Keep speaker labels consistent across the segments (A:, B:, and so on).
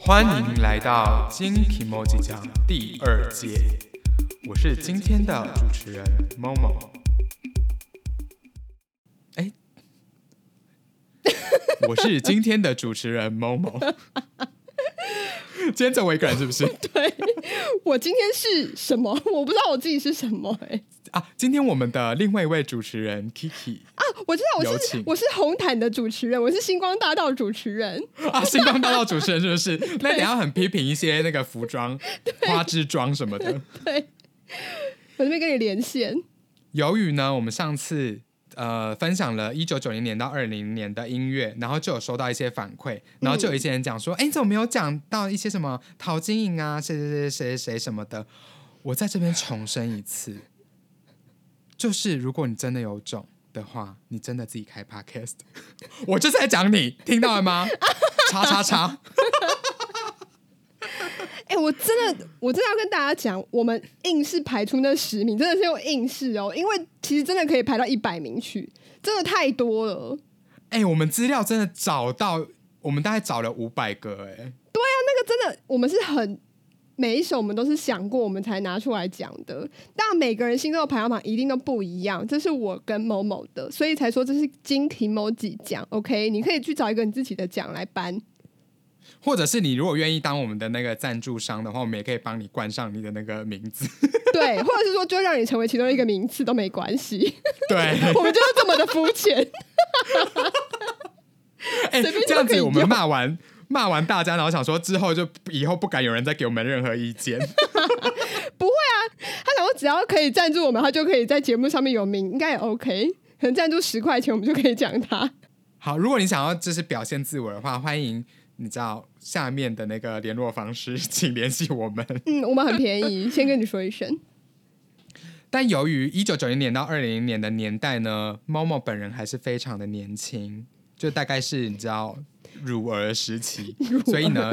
A: 欢迎来到金提莫吉讲第二届，我是今天的主持人 Momo。哎， 我是今天的主持人 Momo。今天只有我一个人是不是？
B: 对，我今天是什么？ 我不知道我自己是什么哎、
A: 啊，今天我们的另外一位主持人 Kiki
B: 啊，我知道
A: 有
B: 我是
A: 请
B: 我是红毯的主持人，我是星光大道主持人，
A: 啊，星光大道主持人是不是？那你要很批评一些那个服装、花枝妆什么的。
B: 对，我这边跟你连线，
A: 由于呢，我们上次呃分享了一九九零年到二零年的音乐，然后就有收到一些反馈，然后就有一些人讲说，哎、你怎么没有讲到一些什么陶晶莹啊，谁谁谁谁谁什么的？我在这边重申一次，就是如果你真的有种的话，你真的自己开 podcast，我 就是在讲你，听到了吗？叉叉叉，
B: 哎、我真的我真的要跟大家讲，我们硬是排出那十名，真的是用硬是哦，因为其实真的可以排到一百名去，真的太多了。
A: 哎、我们资料真的找到，我们大概找了五百个、哎。
B: 那真的，我们是很每一首我们都是想过，我们才拿出来讲的。但每个人心中的排行榜一定都不一样，这是我跟某某的，所以才说这是金提某几奖。OK，你可以去找一个你自己的奖来颁。
A: 或者是你如果愿意当我们的那个赞助商的话，我们也可以帮你冠上你的那个名 字。
B: 对，或者是说，就让你成为其中一个名次都没关系，
A: 对，
B: 我们就是这么的肤浅。
A: 哎、
B: 随便
A: 这样
B: 就可以
A: 子我们
B: 用
A: 骂完骂完大家，然后想说之后就以后不敢有人再给我们任何意见。
B: 他想说，只要可以赞助我们，他就可以在节目上面有名，应该也 OK。可能赞助十块钱，我们就可以讲他。
A: 好，如果你想要就是表现自我的话，欢迎你知道下面的那个联络方式， 请联系我们。
B: 嗯，我们很便宜，先跟你说一声。
A: 但由于一九九零年到二零年的年代呢，猫猫本人还是非常的年轻，就大概是你知道乳儿时期，所以呢，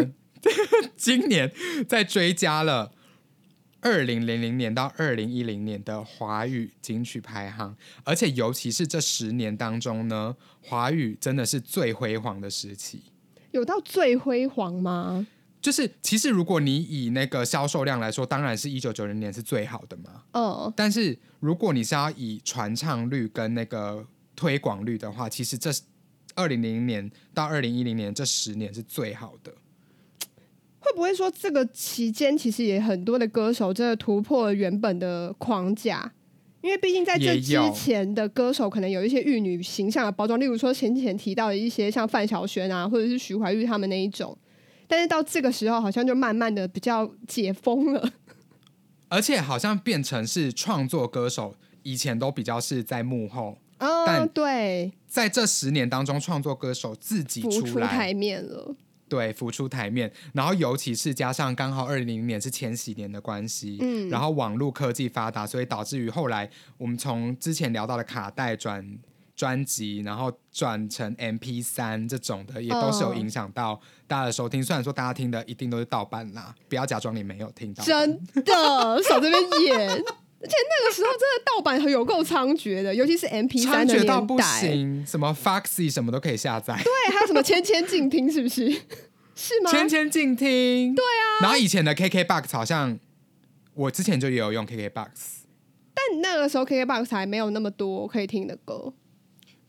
A: 今年再追加了二零零零年到二零一零年的华语金曲排行，而且尤其是这十年当中呢，华语真的是最辉煌的时期。
B: 有到最辉煌吗？
A: 就是其实如果你以那个销售量来说，当然是一九九零年是最好的嘛。
B: 嗯，
A: 但是如果你是要以传唱率跟那个推广率的话，其实这二零零零年到二零一零年这十年是最好的。
B: 会不会说这个期间其实也很多的歌手真的突破了原本的框架？因为毕竟在这
A: 也
B: 之
A: 有
B: 前的歌手可能有一些玉女形象的包装，例如说先前提到的一些像范晓萱啊，或者是徐怀钰他们那一种。但是到这个时候，好像就慢慢的比较解封了。
A: 而且好像变成是创作歌手，以前都比较是在幕后，
B: 啊、
A: 但
B: 对，
A: 在这十年当中，创作歌手自己
B: 浮
A: 出
B: 出
A: 来，
B: 台面了。
A: 对，浮出台面。然后尤其是加上刚好二零零年是千禧年的关系，
B: 嗯
A: 然后网络科技发达，所以导致于后来我们从之前聊到的卡带转专辑，然后转成 MP 三这种的，也都是有
B: 嗯
A: 影响到大家的收听。虽然说大家听的一定都是盗版啦，不要假装你没有听 到。
B: 真的少这边演。而且那个时候真的盗版有够猖獗的，尤其是 MP
A: 猖
B: 三的
A: 獗
B: 年
A: 到不
B: 代，
A: 行，什么 Foxy 什么都可以下载，
B: 哎对，还啊有什么千千静听，是不 是？是吗？
A: 千千静听。对啊，然后以前的 KKBox 好像我之前就也有用 KKBox。
B: 但那个时候 KKBOX 还没有那么多可以听的歌，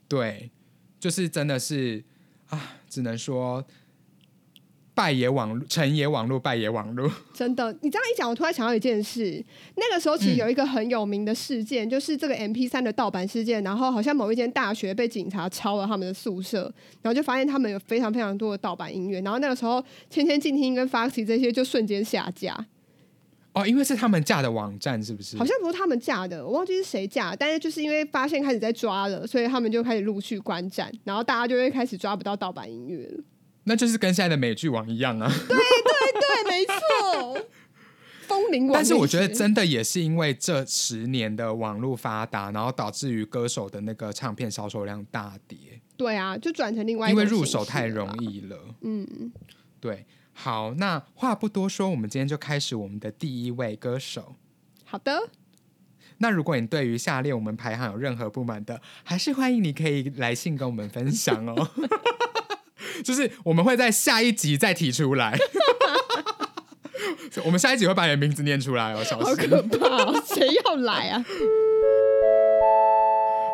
A: 对，就是真的是啊，只能说败也网路，成也网路，败也网路。
B: 真的。你这样一讲，我突然想到一件事，那个时候其实
A: 嗯
B: 有一个很有名的事件，就是这个 MP 三的盗版事件，然后好像某一间大学被警察抄了他们的宿舍，然后就发现他们有非常非常多的盗版音乐，然后那个时候千千静听跟 Foxy 这些就瞬间下架，
A: 哦，因为是他们架的网站，是不是？
B: 好像不是他们架的，我忘记是谁架的，但是就是因为发现开始在抓了，所以他们就开始陆续观战，然后大家就会开始抓不到盗版音乐了。
A: 那就是跟现在的美剧网一样啊。
B: 对，没错，风铃网。
A: 但是我觉得，真的也是因为这十年的网络发达，然后导致于歌手的那个唱片销售量大跌，
B: 对啊，就转成另外一
A: 因
B: 种
A: 为入手
B: 形式
A: 太
B: 了
A: 容
B: 吧。
A: 易了。
B: 嗯，
A: 对，好，那话不多说，我们今天就开始我们的第一位歌手。
B: 好的，
A: 那如果你对于下列我们排行有任何不满的，还是欢迎你可以来信跟我们分享哦。 就是我们会在下一集再提出来。 我们下一集会把你的名字念出来哦，小
B: 好
A: 心。
B: 可怕、哦，谁要来 啊？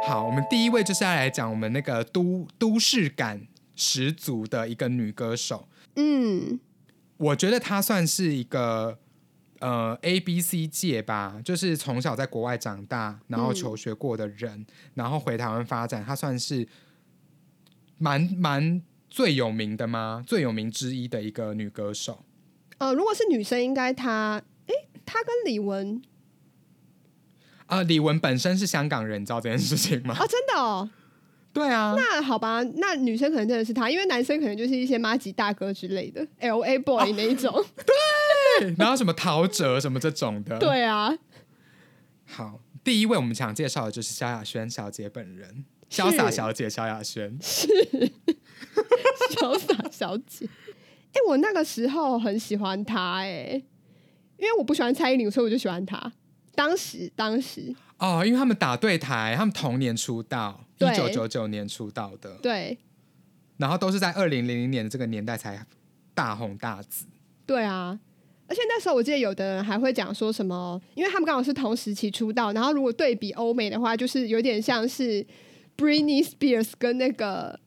A: 好，我们第一位就是要来讲我们那个都都市感十足的一个女歌手，
B: 嗯，
A: 我觉得她算是一个呃 A B C 界吧，就是从小在国外长大，然后求学过的人，然后回台湾发展，她算是蛮蛮最有名的吗？最有名之一的一个女歌手。
B: 呃，如果是女生，应该她，诶，她跟李玟
A: 啊、李玟本身是香港人，你知道这件事情吗？
B: 啊、真的哦。
A: 对啊，
B: 那好吧，那女生可能真的是她，因为男生可能就是一些妈吉大哥之类的，L A boy 那一种。
A: 哦然后什么陶喆什么这种的，
B: 对啊，
A: 好，第一位我们想介绍的就是萧亚轩小姐本人，潇洒小姐萧亚轩。
B: 潇洒小姐。哎、我那个时候很喜欢她、哎，因为我不喜欢蔡依林，所以我就喜欢她。当时，当时，
A: 哦，因为他们打对台，他们同年出道，
B: 对
A: 一九九九年出道的，
B: 对，
A: 然后都是在二零零零年的这个年代才大红大紫。
B: 对啊，而且那时候我记得有的人还会讲说什么，因为他们刚好是同时期出道，然后如果对比欧美的话，就是有点像是 Britney Spears 跟那个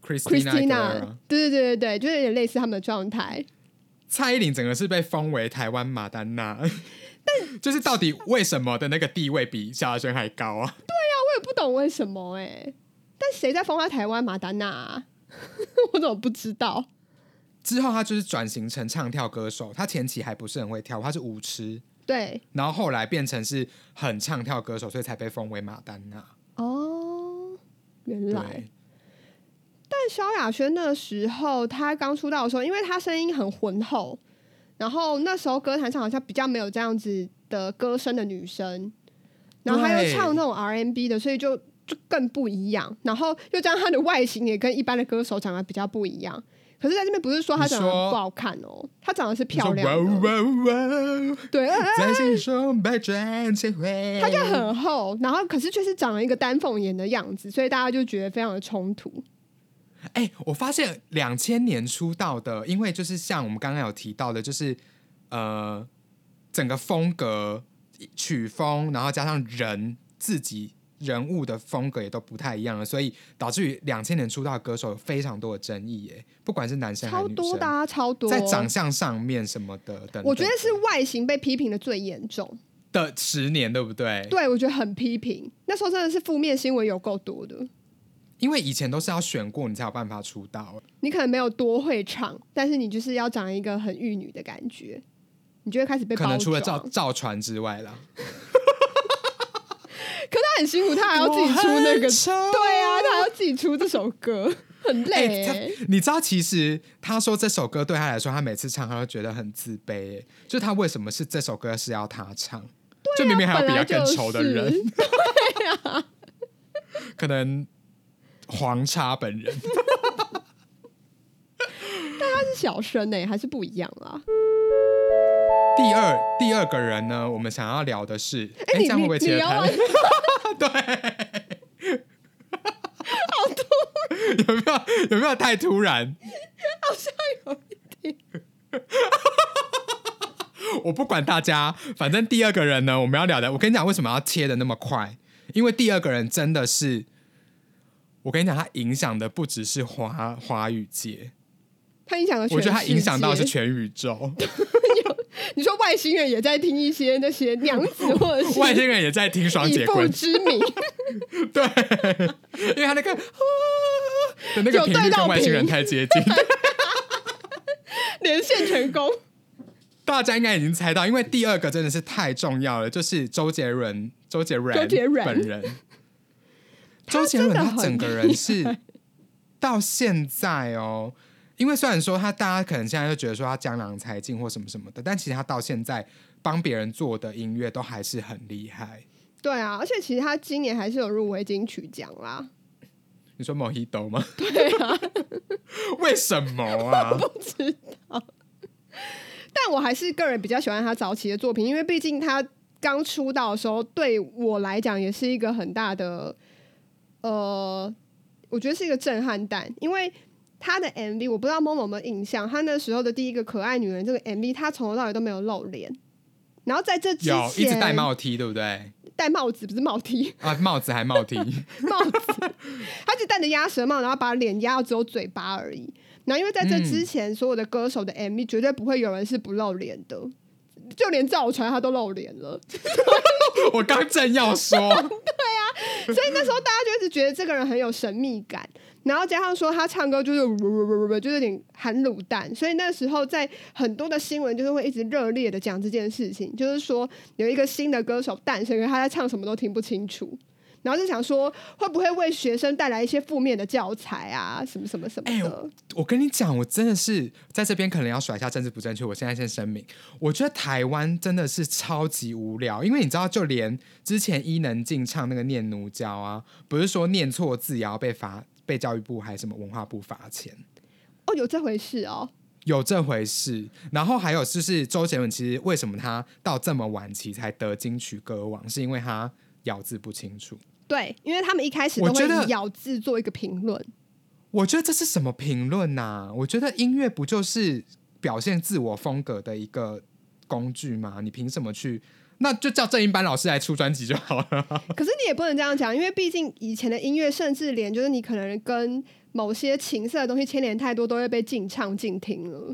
A: Christina，,
B: Christina，
A: Aguilera
B: 对对对对对，就是有点类似他们的状态。
A: 蔡依林整个是被封为台湾马丹娜， 就是到底为什么的那个地位比萧亚轩还高啊？
B: 我也不懂为什么哎、但谁在封他台湾马丹娜、啊？我怎么不知道？
A: 之后她就是转型成唱跳歌手，她前期还不是很会跳舞，她是舞痴，
B: 对，
A: 然后后来变成是很唱跳歌手，所以才被封为马丹娜。
B: 哦，原来。
A: 对，
B: 但萧亚轩那时候，她刚出道的时候，因为她声音很浑厚，然后那时候歌坛上好像比较没有这样子的歌声的女生，然后她又
A: 对
B: 唱那种 RMB 的，所以就就更不一样。然后又加上她的外形也跟一般的歌手长得比较不一样。可是在这边不是说她长得
A: 你说
B: 不好看哦，她长得是
A: 你说
B: 漂亮的，
A: 哇哇哇，
B: 对，呃
A: 在心中百转千回。
B: 她就很厚，然后可是却是长了一个丹凤眼的样子，所以大家就觉得非常的冲突。
A: 哎、我发现两千年出道的，因为就是像我们刚刚有提到的，就是呃，整个风格、曲风，然后加上人自己人物的风格也都不太一样了，所以导致于两千年出道的歌手有非常多的争议，耶，不管是男生还是
B: 超
A: 女生，
B: 多的、啊，超多。
A: 在长相上面什么的，等等
B: 我觉得是外形被批评的最严重，
A: 的十年，对不对？
B: 对我觉得很批评。那时候真的是负面新闻有够多的，
A: 因为以前都是要选过你才有办法出道，
B: 你可能没有多会唱，但是你就是要长一个很玉女的感觉，你就会开始被
A: 可
B: 包
A: 能除了赵
B: 装。
A: 赵传之外啦，
B: 可他很辛苦，他还要自己出那
A: 个
B: 个，对啊，他还要自己出这首歌，很累欸、
A: 哎他你知道，其实他说这首歌对他来说，他每次唱他都觉得很自卑耶，就他为什么是这首歌是要他唱？就明明还有
B: 啊本
A: 比他
B: 来就
A: 更
B: 是
A: 丑的人，可能黄叉本人。
B: 他是小生呢、还是不一样啊啦。
A: 第二第二个人呢，我们想要聊的是，哎、
B: 你
A: 这样会不会
B: 你
A: 切
B: 你
A: 得
B: 要
A: 太
B: 完
A: 有没有有没有太突然？ 我不管大家，反正第二个人呢，我们要聊的，我跟你讲为什么要切的那么快，因为第二个人真的是，我跟你讲，他影响的不只是华华语界，
B: 他影响了全
A: 我
B: 世
A: 觉
B: 界，
A: 得他影响到的是全宇 宙，
B: 你说外星人也在听一些那些娘子或者是
A: 外星人也在听双
B: 以
A: 节
B: 父
A: 棍，
B: 之名，
A: 对，因为他那个的那个频率跟外星人 太接近，
B: 连线成功。
A: 大家应该已经猜到，因为第二个真的是太重要了，就是周杰伦，周杰伦，
B: 周杰伦
A: 本人，
B: 他
A: 周杰伦
B: 真的
A: 他
B: 很
A: 整个人是到现在哦，因为虽然说他大家可能现在就觉得说他江郎才尽或什么什么的，但其实他到现在帮别人做的音乐都还是很厉害。
B: 对啊，而且其实他今年还是有入围金曲奖啦。
A: 你说 Mojito 吗？对啊， 为什么 啊？
B: 但我还是个人比较喜欢他早期的作品，因为毕竟他刚出道的时候，对我来讲也是一个很大的，呃，我觉得是一个震撼弹。因为她的 MV 我不知道 Momo 有没有印象，她那时候的第一个可爱女人这个 MV，她从头到尾都没有露脸。然后在这之前，
A: 有一直戴帽 T，对不对？
B: 戴帽子不是帽 T
A: 啊，帽子还帽 T，
B: 帽子，她就戴着鸭舌帽，然后把脸压到只有嘴巴而已。然后因为在这之前，所有的歌手的 MV 绝对不会有人是不露脸的，就连赵传他都露脸了。
A: 我刚正要说，
B: 所以那时候大家就一直觉得这个人很有神秘感，然后加上说他唱歌就是呜呜呜呜，就有点含卤蛋，所以那时候在很多的新闻就是会一直热烈的讲这件事情，就是说有一个新的歌手诞生，可是他在唱什么都听不清楚。然后就想说，会不会为学生带来一些负面的教材啊，什么什么什么
A: 哎
B: 的？
A: 呦我跟你讲，我真的是在这边可能要甩一下政治不正确。我现在先声明，我觉得台湾真的是超级无聊，因为你知道，就连之前伊能静唱那个《念奴娇》啊，不是说念错字也要被罚，被教育部还是什么文化部罚钱。
B: 哦，有这回事哦。
A: 有这回事，然后还有就是周杰伦，其实为什么他到这么晚期才得金曲歌王，是因为他咬字不清楚。
B: 对，因为他们一开始都
A: 我觉得
B: 会以咬字做一个评论。
A: 我觉得这是什么评论呐、我觉得音乐不就是表现自我风格的一个工具吗？你凭什么去？那就叫正音班老师来出专辑就好了。
B: 可是你也不能这样讲，因为毕竟以前的音乐，甚至连就是你可能跟某些情色的东西牵连太多，都会被禁唱禁听了。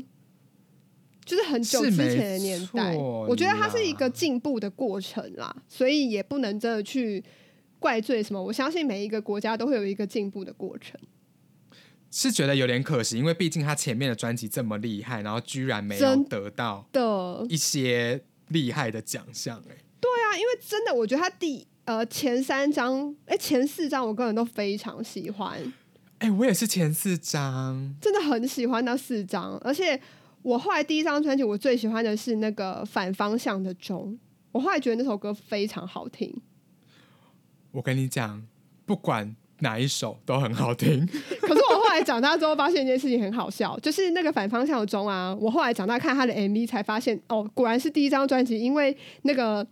B: 就是很久
A: 是
B: 之
A: 没
B: 前的年代，
A: 错啊
B: 我觉得它是一
A: 啦
B: 个进步的过程啦，所以也不能真的去怪罪什么。我相信每一个国家都会有一个进步的过程，
A: 是觉得有点可惜，因为毕竟他前面的专辑这么厉害，然后居然没有
B: 真
A: 得到
B: 的
A: 一些厉害的奖项、哎，
B: 啊，因为真的，我觉得它第呃前三张，哎、前四张我个人都非常喜欢，
A: 哎、我也是前四张。
B: 真的很喜欢那四张，而且我后来第一张专辑我最喜欢的是那个反方向的钟，我后来觉得那首歌非常好听，
A: 我跟你讲，不管哪一首都很好听。
B: 可是我后来长大之后发现一件事情很好笑，就是那个反方向的钟啊，我后来长大看他的 MV 才发现，哦，果然是第一张专辑，因为那个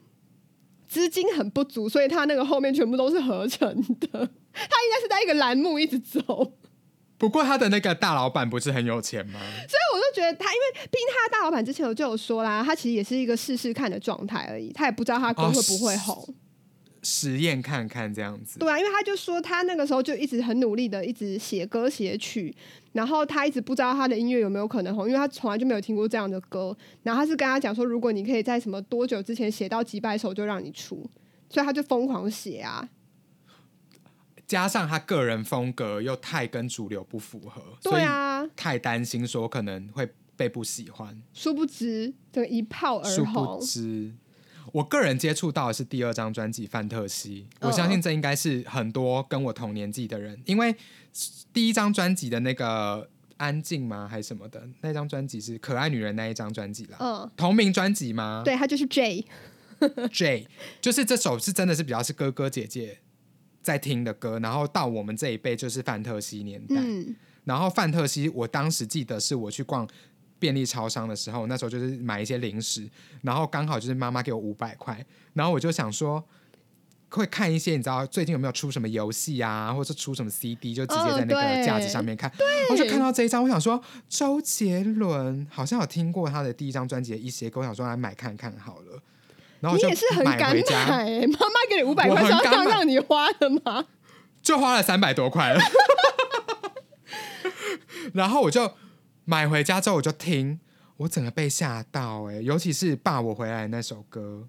B: 资金很不足，所以他那个后面全部都是合成的，他应该是在一个栏目一直走。
A: 不过他的那个大老板不是很有钱吗？
B: 我就觉得他，因为毕竟他的大老板之前我就有说啦，他其实也是一个试试看的状态而已，他也不知道
A: 啊
B: 他歌会不会红。
A: 实验看看这样子。
B: 对啊，因为他就说他那个时候就一直很努力的，一直写歌写曲，然后他一直不知道他的音乐有没有可能红，因为他从来就没有听过这样的歌。然后他是跟他讲说，如果你可以在什么多久之前写到几百首，就让你出。所以他就疯狂写啊，
A: 加上他个人风格又太跟主流不符合，
B: 对啊
A: 所以，太担心说可能会被不喜欢。
B: 殊不知这个一炮而
A: 殊
B: 红
A: 不。知，我个人接触到的是第二张专辑《范特西》，
B: 嗯
A: 我相信这应该是很多跟我同年纪的人，因为第一张专辑的那个安静吗还是什么的，那张专辑是《可爱女人》那一张专辑啦。
B: 嗯，
A: 同名专辑吗？
B: 对他就是 J，
A: J，就是这首是真的是比较是哥哥姐姐在听的歌，然后到我们这一辈就是范特西年代。
B: 嗯，
A: 然后范特西，我当时记得是我去逛便利超商的时候，那时候就是买一些零食，然后刚好就是妈妈给我五百块，然后我就想说。会看一些你知道最近有没有出什么游戏啊，或者出什么 CD，就直接在那
B: 哦
A: 个
B: 对
A: 架子上面看。我就看到这一张，我想说周杰伦好像有听过他的第一张专辑的一些歌，我想说来买看看好了。然后我
B: 你
A: 就
B: 也是很敢
A: 买回家，
B: 买、欸，妈妈给你五百
A: 我
B: 块
A: 很
B: 是要
A: 敢
B: 让
A: 买
B: 让你花的吗？
A: 就花了三百多块了。 然后我就买回家之后，我就听，我整个被吓到哎、尤其是《爸我回来》那首歌，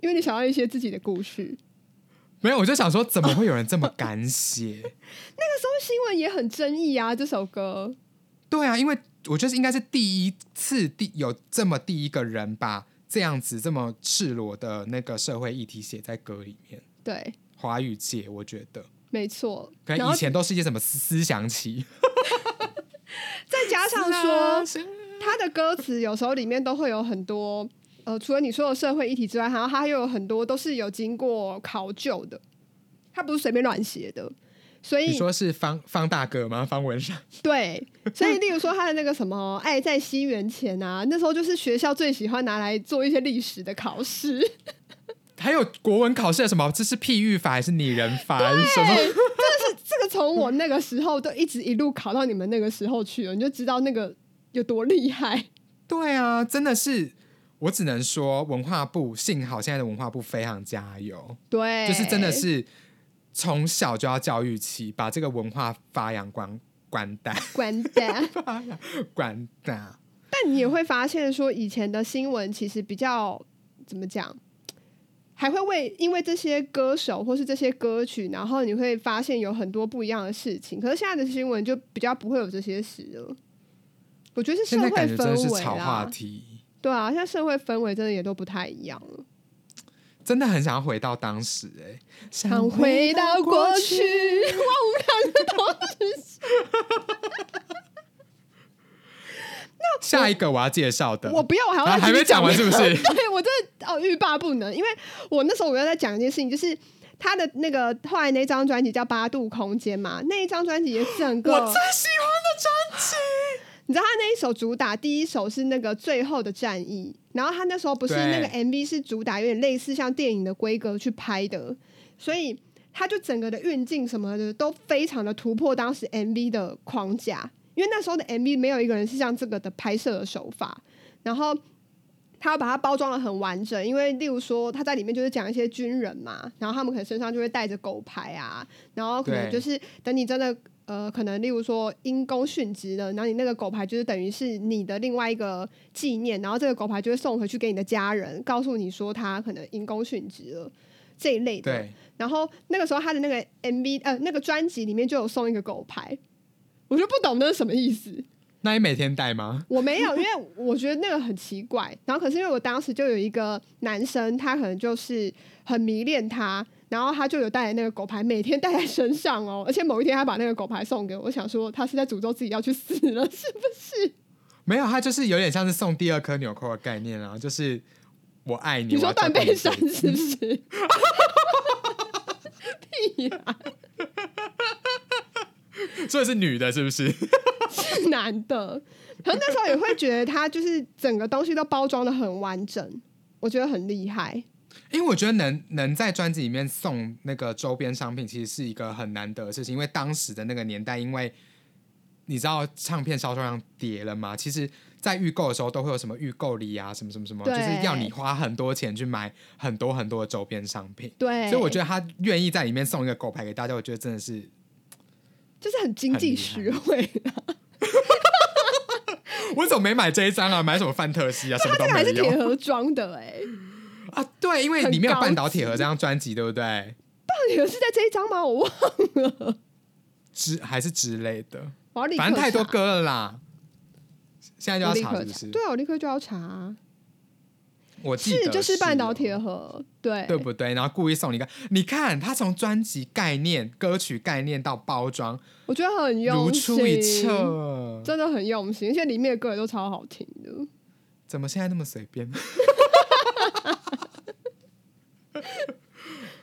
B: 因为你想要一些自己的故事。
A: 没有，我就想说，怎么会有人这么敢写？
B: 那时候新闻也很争议啊，这首歌
A: 对啊，因为我觉得应该是第一次第有这么第一个人把这样子这么赤裸的那个社会议题写在歌里面，
B: 对，
A: 华语界我觉得，
B: 没错。
A: 可
B: 然
A: 能
B: 后
A: 以前都是一些什么思思想起，
B: 再加上说，
A: 思想起
B: 他的歌词有时候里面都会有很多呃，除了你说的社会议题之外，然后他又有很多都是有经过考究的，他不是随便乱写的。所
A: 你
B: 以
A: 说是方方大哥吗？方文山。
B: 对，所以例如说他的那个什么《爱在西元前》啊，那时候就是学校最喜欢拿来做一些历史的考试。
A: 还有国文考试的什么？这是譬喻法还是拟人法还是什么？
B: 这个从从我那个时候都一直一路考到你们那个时候去了，你就知道那个有多厉害。
A: 对啊，真的是，我只能说文化部幸好现在的文化部非常加油，
B: 对，
A: 就是真的是从小就要教育起，把这个文化发扬光光大
B: 关蛋。
A: 光大。
B: 但你也会发现说，以前的新闻其实比较怎么讲，还会为因为这些歌手或是这些歌曲，然后你会发现有很多不一样的事情。可是现在的新闻就比较不会有这些事了。我觉得是社
A: 现在
B: 会
A: 感觉真的是
B: 氛围
A: 炒话
B: 啦，
A: 题，
B: 对啊，现在社会氛围真的也都不太一样了。
A: 真的很想要回到当时哎、
B: 想回到过 去，哇，我们俩的同
A: 下一个我要介绍的，
B: 我不要，我还要、
A: 啊还没讲完是不是
B: 对我真的哦欲罢不能，因为我那时候我又在讲一件事情，就是他的那个后来那张专辑叫《八度空间》嘛，那一张专辑也整
A: 我
B: 个
A: 最，喜欢的专辑。
B: 你知道他那一首主打第一首是那个《最后的战役》，然后他那时候不是
A: 对
B: 那个 MV 是主打有点类似像电影的规格去拍的，所以他就整个的运镜什么的都非常的突破当时 MV 的框架，因为那时候的 MV 没有一个人是像这个的拍摄的手法，然后他把它包装的很完整，因为例如说他在里面就是讲一些军人嘛，然后他们可能身上就会带着狗牌啊，然后可能
A: 对
B: 就是等你真的呃，可能例如说因公殉职了，然后你那个狗牌就是等于是你的另外一个纪念，然后这个狗牌就会送回去给你的家人，告诉你说他可能因公殉职了这一类的。
A: 对，
B: 然后那个时候他的那个 MV 呃那个专辑里面就有送一个狗牌，我就不懂那是什么意思。
A: 那你每天戴吗？
B: 我没有，因为我觉得那个很奇怪。然后可是因为我当时就有一个男生，他可能就是很迷恋他，然后他就有带来那个狗牌，每天带在身上哦。而且某一天他把那个狗牌送给我，我想说他是在诅咒自己要去死了，是不是？
A: 没有，它就是有点像是送第二颗纽扣的概念啊，就是我爱你。
B: 你说
A: 我要照
B: 断
A: 顾你
B: 背山是不是？ 屁呀、
A: 所以是女的，是不是？
B: 是男的。可能那时候也会觉得他就是整个东西都包装的很完整，我觉得很厉害。
A: 因为我觉得能能在专辑里面送那个周边商品，其实是一个很难得的事情，因为当时的那个年代，因为你知道唱片销售量跌了嘛，其实，在预购的时候都会有什么预购礼啊，什么什么什么，就
B: 对
A: 是要你花很多钱去买很多很多的周边商品。
B: 对，
A: 所以我觉得他愿意在里面送一个狗牌给大家，我觉得真的是，
B: 就是很经济实惠。
A: 我怎么没买这一张啊？买什么范特西啊？什么
B: 它
A: 都没
B: 这个 还是铁
A: 有
B: 盒装的哎、欸，
A: 啊？对，因为里面有
B: 很高
A: 半岛铁
B: 级
A: 盒这张专辑，对不对？
B: 到底是在这一张吗？我忘，
A: 之还是之类的，
B: 我要立刻
A: 反正太多
B: 查，
A: 歌了啦。现在就
B: 我
A: 要
B: 立
A: 查
B: 刻
A: 是不
B: 查，
A: 是？
B: 对啊，我立刻就要查啊，
A: 我记得
B: 是就是半岛铁
A: 哦，
B: 盒，对
A: 对不对？然后故意送你一个，你看他从专辑概念、歌曲概念到包装，
B: 我觉得很
A: 如
B: 用
A: 出一
B: 心，
A: 辙。
B: 真的很用心，而且里面的歌也都超好听的。
A: 怎么现在那么随便？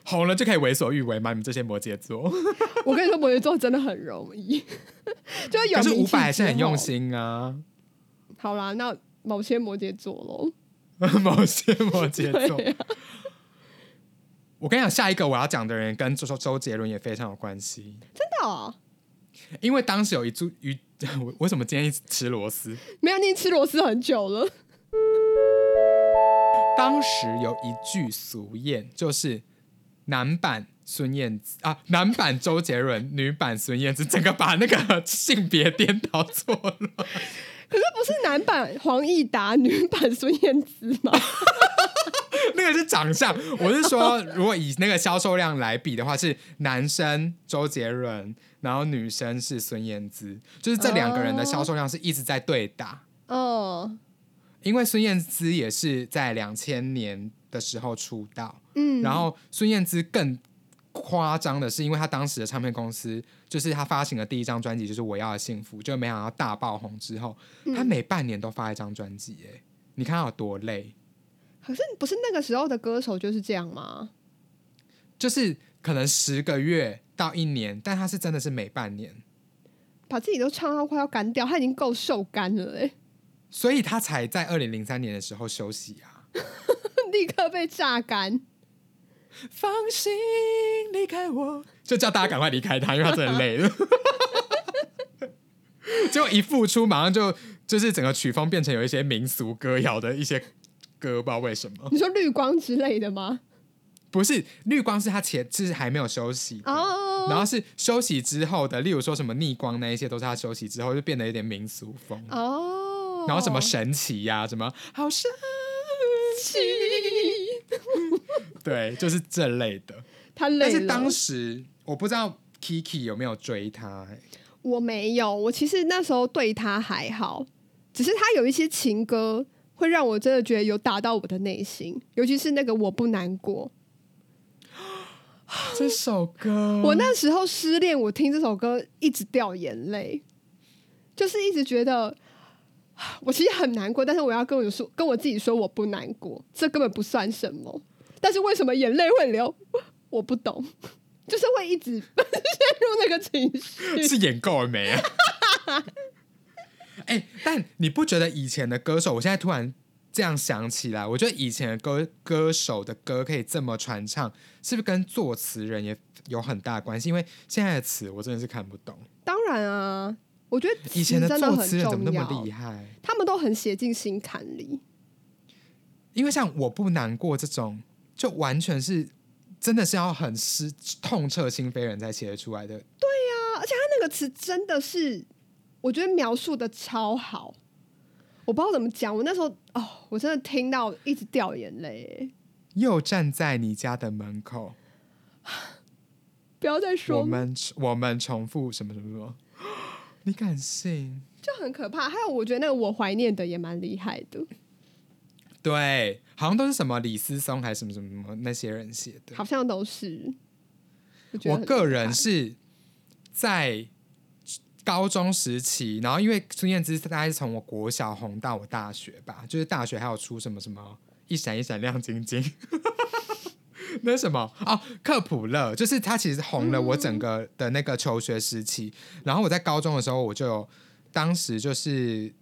A: 红了就可以为所欲为吗？你们这些摩羯座，
B: 我跟你说，摩羯座真的很容易， 就是有
A: 可是
B: 名
A: 伍
B: 气
A: 佰还是
B: 之
A: 很用
B: 后。
A: 心啊。
B: 好啦，那某些摩羯座喽，
A: 某些摩羯座
B: 对。啊
A: 我跟你讲，下一个我要讲的人跟周周周杰伦也非常有关系，
B: 真的、哦、
A: 因为当时有一 株鱼，我为什么今天一直吃螺丝？
B: 没有你吃螺丝很久了，
A: 当时有一句俗谚，就是男版孙燕姿啊，男版周杰伦，女版孙燕姿，整个把那个性别颠倒错了。
B: 可是不是男版黄义达，女版孙燕姿吗？
A: 那个是长相，我是说，如果以那个销售量来比的话，是男生周杰伦，然后女生是孙燕姿，就是这两个人的销售量是一直在对打，
B: 哦，
A: 因为孙燕姿也是在两千年的时候出道，
B: 嗯，
A: 然后孙燕姿更夸张的是，因为她当时的唱片公司就是她发行的第一张专辑就是《我要的幸福》，就没想到大爆红之后，她每半年都发一张专辑，哎，你看她有多累。
B: 可是不是那个时候的歌手就是这样吗？
A: 就是可能十个月到一年，但他是真的是每半年，
B: 把自己都唱到快要干掉，他已经够受干了哎、
A: 所以他 才在二零零三年的时候休息啊。
B: 立刻被榨干。
A: 放心离开我，就叫大家赶快离开他，因为他真的累 了。结果一复出，马上就就是整个曲风变成有一些民俗歌谣的一些歌，不知道为什么。
B: 你说绿光之类的吗？
A: 不是绿光是他前是还没有休息的
B: 哦
A: 然后是休息之后的，例如说什么逆光那一些，都是他休息之后就变得有点民俗风，
B: 哦，
A: 然后什么神奇呀、什么好神
B: 气？
A: 对，就是这类的。
B: 他累
A: 但
B: 了。
A: 是当时我不知道 Kiki 有没有追他、欸，
B: 我没有，我其实那时候对他还好，只是他有一些情歌会让我真的觉得有打到我的内心，尤其是那个我不难过。
A: 这首歌
B: 我那时候失恋，我听这首歌一直掉眼泪，就是一直觉得啊我其实很难过，但是我要跟我说，跟我自己说我不难过，这根本不算什么。但是为什么眼泪会流，我不懂， 就是会一直 陷入那个情绪。
A: 是演够了没 啊？哎、但你不觉得以前的歌手，我现在突然这样想起来，我觉得以前的歌歌手的歌可以这么传唱，是不是跟作词人也有很大的关系？因为现在的词我真的是看不懂，
B: 当然啊，我觉得
A: 以前的
B: 词真的
A: 作
B: 很
A: 词人
B: 重要。
A: 怎么那么厉害？
B: 他们都很写进心坎里。
A: 因为像我不难过这种，就完全是真的是要很失痛彻心扉人才写得出来的。
B: 啊，而且他那个词真的是，我觉得描述的超好。我不知道怎么讲，我那时候哦，我真的听到一直掉眼泪耶。
A: 又站在你家的门口，
B: 不要再
A: 我
B: 说，
A: 们我们重复什么什么什么， 你敢信？
B: 就很可怕。还有，我觉得那个我怀念的也蛮厉害的，
A: 对，好像都是什么李思松还是什么什么什么那些人写的。
B: 好像都是。我觉得
A: 我
B: 很
A: 个人
B: 厉害
A: 是在高中时期，然后因为孙燕姿大概是从我国小红到我大学吧，就是大学还有出什么什么一闪一闪亮晶晶， 那什么哦，克普勒，就是他其实红了
B: 嗯
A: 我整个的那个求学时期。然后我在高中的时候，我就有当时就是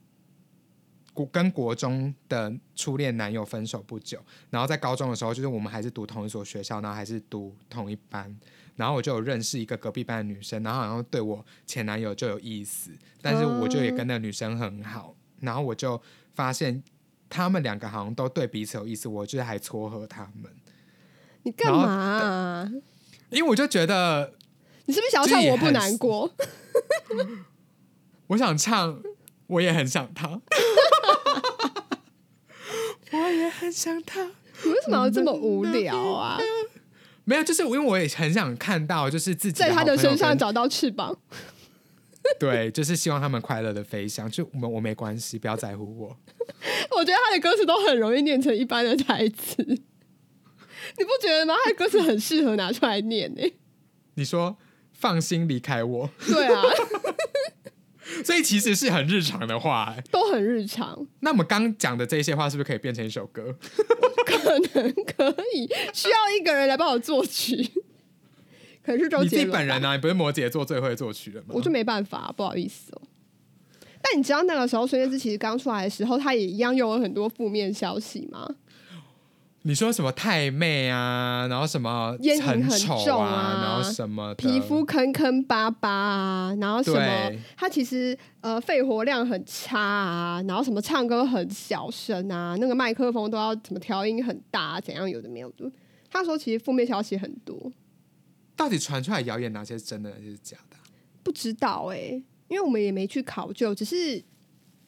A: 国跟国中的初恋男友分手不久，然后在高中的时候，就是我们还是读同一所学校，然后还是读同一班，然后我就有认识一个隔壁班的女生，然后好像对我前男友就有意思，但是我就也跟那个女生很好，然后我就发现他们两个好像都对彼此有意思，我就是还撮合他们，
B: 你干嘛啊、
A: 因为我就觉得
B: 你是不是想要
A: 就是
B: 唱
A: 也
B: 我不
A: 很
B: 难过？
A: 我想唱，我也很想他，我也很想他。
B: 你为什么要这么无聊
A: 嗯
B: 啊？
A: 没有，就是因为我也很想看到，就是自己
B: 在他
A: 好朋
B: 的
A: 友
B: 身上
A: 跟
B: 找到翅膀，
A: 对，就是希望他们快乐的飞翔。就我们我没关系，不要在乎我。
B: 我觉得他的歌词都很容易念成一般的台词，你不觉得吗？他的歌词很适合拿出来念欸呢、
A: 你说放心离开我，
B: 对啊，
A: 所以其实是很日常的话、欸。
B: 都很日常，
A: 那我们刚讲的这些话，是不是可以变成一首歌？
B: 可能可以需要一个人来帮我作曲， 可能是周
A: 你自
B: 杰
A: 己
B: 伦吧。
A: 本人呢、你不是摩羯座最会作曲了吗？
B: 我就没办法，不好意思哦。但你知道那个时候孙燕姿其实刚出来的时候，她也一样有很多负面消息吗？
A: 嗯你说什么太妹啊，然后什么
B: 烟瘾很
A: 丑
B: 重
A: 啊
B: 啊，
A: 然后什么的
B: 皮肤坑坑巴巴啊，然后什么
A: 对，
B: 他其实呃肺活量很差啊，然后什么唱歌很小声啊，那个麦克风都要怎么调音很大、啊，怎样有的没有的。他说其实负面消息很多，
A: 到底传出来谣言哪些是真的，哪些是假的啊？
B: 不知道哎、因为我们也没去考究，只是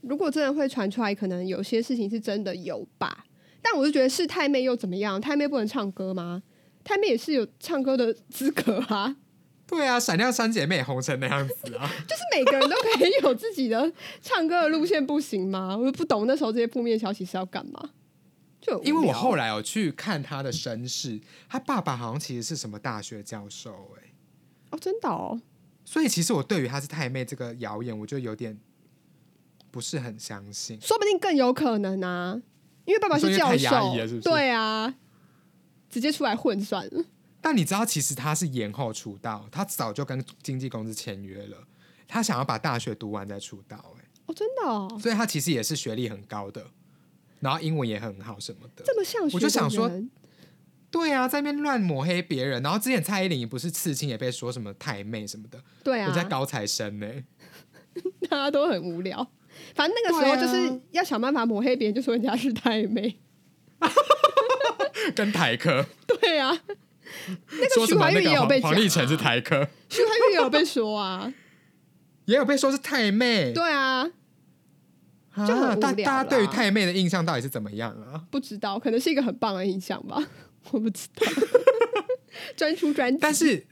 B: 如果真的会传出来，可能有些事情是真的有吧。但我就觉得是太妹又怎么样？太妹不能唱歌吗？太妹也是有唱歌的资格啊。
A: 对啊，闪亮三姐妹也红成那样子啊！
B: 就是每个人都可以有自己的唱歌的路线，不行吗？我就不懂那时候这些负面消息是要干嘛。就很无聊
A: 因为我后来有去看他的身世，他爸爸好像其实是什么大学教授、欸，
B: 哦，真的哦，
A: 所以其实我对于他是太妹这个谣言，我就有点不是很相信。
B: 说不定更有可能啊，因为爸爸是教
A: 你说因为太压
B: 授，
A: 抑了是不是
B: 对啊，直接出来混算了。
A: 但你知道，其实他是延后出道，他早就跟经纪公司签约了，他想要把大学读完再出道、欸，
B: 哦，真的哦，
A: 所以他其实也是学历很高的，然后英文也很好什么的。
B: 这么像学的人
A: 我就想说对啊，在那边乱抹黑别人。然后之前蔡依林不是刺青也被说什么太妹什么的，
B: 对啊
A: 人，家高材生欸呢、
B: 大家都很无聊。反正那个时候
A: 对啊
B: 就是要想办法抹黑别人，就说人家是太妹。
A: 跟台科
B: 对啊，那
A: 说什
B: 个徐
A: 么
B: 怀钰
A: 那
B: 也
A: 个
B: 有
A: 黄
B: 被讲
A: 黄
B: 啊
A: 立成是台 科，
B: 徐怀钰也有被 说啊，
A: 也有被说是太妹。
B: 对啊，
A: 啊，
B: 就很无
A: 大
B: 聊
A: 大家
B: 啦
A: 对于太妹的印象到底是怎么样啊？
B: 不知道，可能是一个很棒的印象吧， 我不知 道。专出专辑，
A: 但是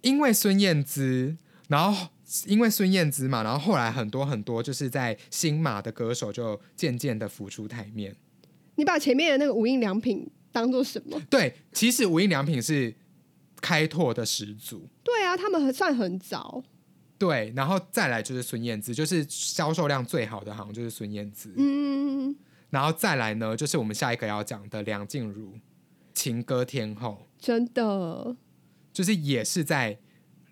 A: 因为孙燕姿，然后因为孙燕姿嘛，然后后来很多很多就是在新马的歌手就渐渐的浮出台面。
B: 你把前面的那个无印良品当做什么？
A: 对，其实无印良品是开拓的始祖。
B: 对啊，他们很算很早，
A: 对，然后再来就是孙燕姿，就是销售量最好的，好像就是孙燕姿。
B: 嗯，
A: 然后再来呢，就是我们下一个要讲的梁静茹，情歌天后，
B: 真的，
A: 就是也是在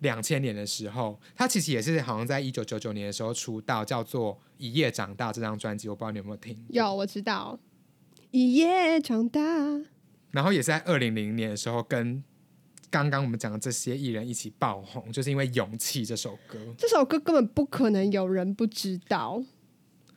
A: 两千年的时候，她其实也是好像在一九九九年的时候出道，叫做《一夜长大》这张专辑，我不知道你有没有听。
B: 有我知道，一夜长大，
A: 然后也是在二零零年的时候跟。刚刚我们讲的这些艺人一起爆红，就是因为《勇气》这首歌。
B: 这首歌根本不可能有人不知道，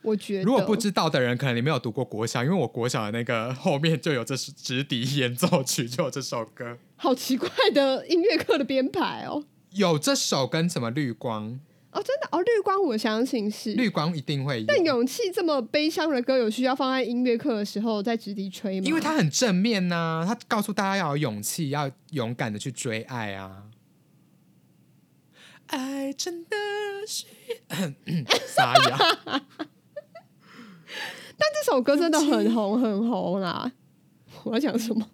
B: 我觉得。
A: 如果不知道的人，可能你没有读过国小，因为我国小的那个后面就有这首直笛演奏曲，就有这首歌，
B: 好奇怪的音乐课的编排哦。
A: 有这首跟什么绿光，
B: 哦，真的哦，绿光我相信是。
A: 绿光一定会有，
B: 但勇气这么悲伤的歌，有需要放在音乐课的时候在直笛吹吗？
A: 因为它很正面呐、它告诉大家要有勇气，要勇敢的去追爱啊。爱真的 是沙哑，
B: 这首歌真的很红很红啊啦。我要讲什么？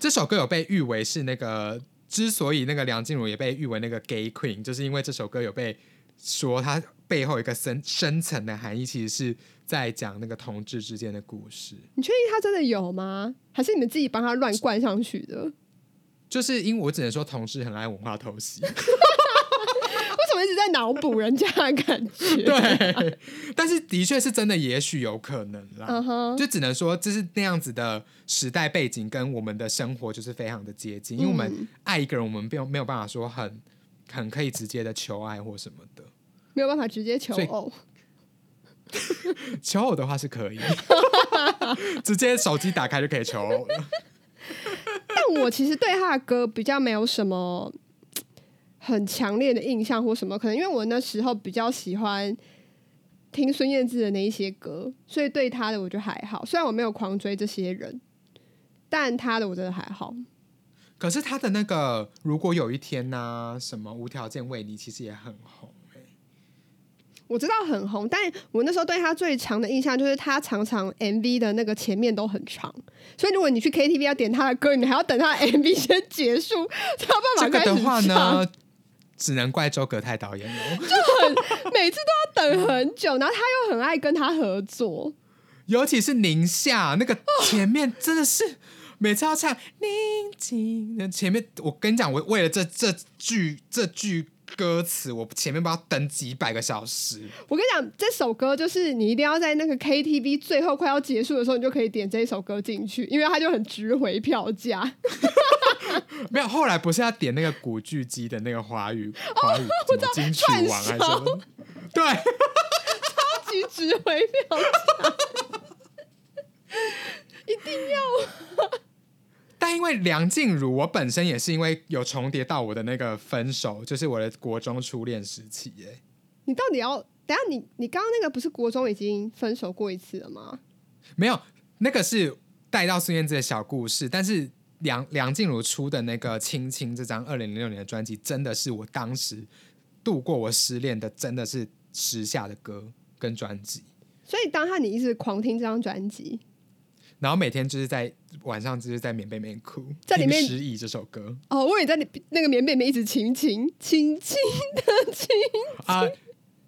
A: 这首歌有被誉为是那个，之所以那个梁静茹也被誉为那个 gay queen，就是因为这首歌有被说它背后有一个深深层的含义，其实是在讲那个同志之间的故事。
B: 你确定他真的有吗？还是你们自己帮他乱灌上去的？为
A: 就是因为我只能说同志很爱文化偷 袭，
B: 什么一直在脑补人家的感觉？
A: 对，但是的确是真的，也许有可能啦。
B: 嗯哼，
A: 就只能说，这是那样子的时代背景跟我们的生活就是非常的接近，因为我们爱一个人，我们没有没有办法说很很可以直接的求爱或什么的。
B: 没有办法直接求偶，
A: 求偶的话是可以， 直接手机打开就可以求偶了。
B: 但我其实对他的歌比较没有什么嘖很强烈的印象或什么，可能因为我那时候比较喜欢听孙燕姿的那一些歌，所以对他的我就还好。虽然我没有狂追这些人，但他的我真的还好。
A: 可是他的那个，如果有一天呐、什么无条件为你，其实也很红。
B: 我知道很红，但我那时候对他最长的印象就是他常常 MV 的那个前面都很长，所以如果你去 KTV 要点他的歌，你还要等他的 MV 先结束，才
A: 这
B: 有办法
A: 个
B: 开
A: 的
B: 始
A: 话
B: 唱。
A: 呢，只能怪周格泰导演了，
B: 每次都要等很久，然后他又很爱跟他合作。
A: 尤其是宁夏那个前面真的是。每次要唱宁静的前面，我跟你讲，我为了这这句这句歌词，我前面不知道等几百个小时。
B: 我跟你讲，这首歌就是你一定要在那个 KTV 最后快要结束的时候，你就可以点这一首歌进去，因为它就很值回票价。
A: 没有，后来不是要点那个古巨基的那个华语华语什么金曲
B: 串
A: 王还是啊什么？对，
B: 超级值回票价，一定要
A: 但因为梁静茹，我本身也是因为有重叠到我的那个分手，就是我的国中初恋时期耶。
B: 你到底要？等一下你你刚刚那个不是国中已经分手过一次了吗？
A: 没有，那个是带到孙燕姿的小故事，但是梁梁静茹出的那个《青青》这张二零零六年的专辑，真的是我当时度过我失恋的，真的是时下的歌跟专辑。
B: 所以当他你一直狂听这张专辑，
A: 然后每天就是在晚上就是在棉被里面哭，
B: 在里面
A: 听失忆这首歌
B: 哦，我也在你那个棉被里面一直亲亲亲亲的亲，
A: 啊，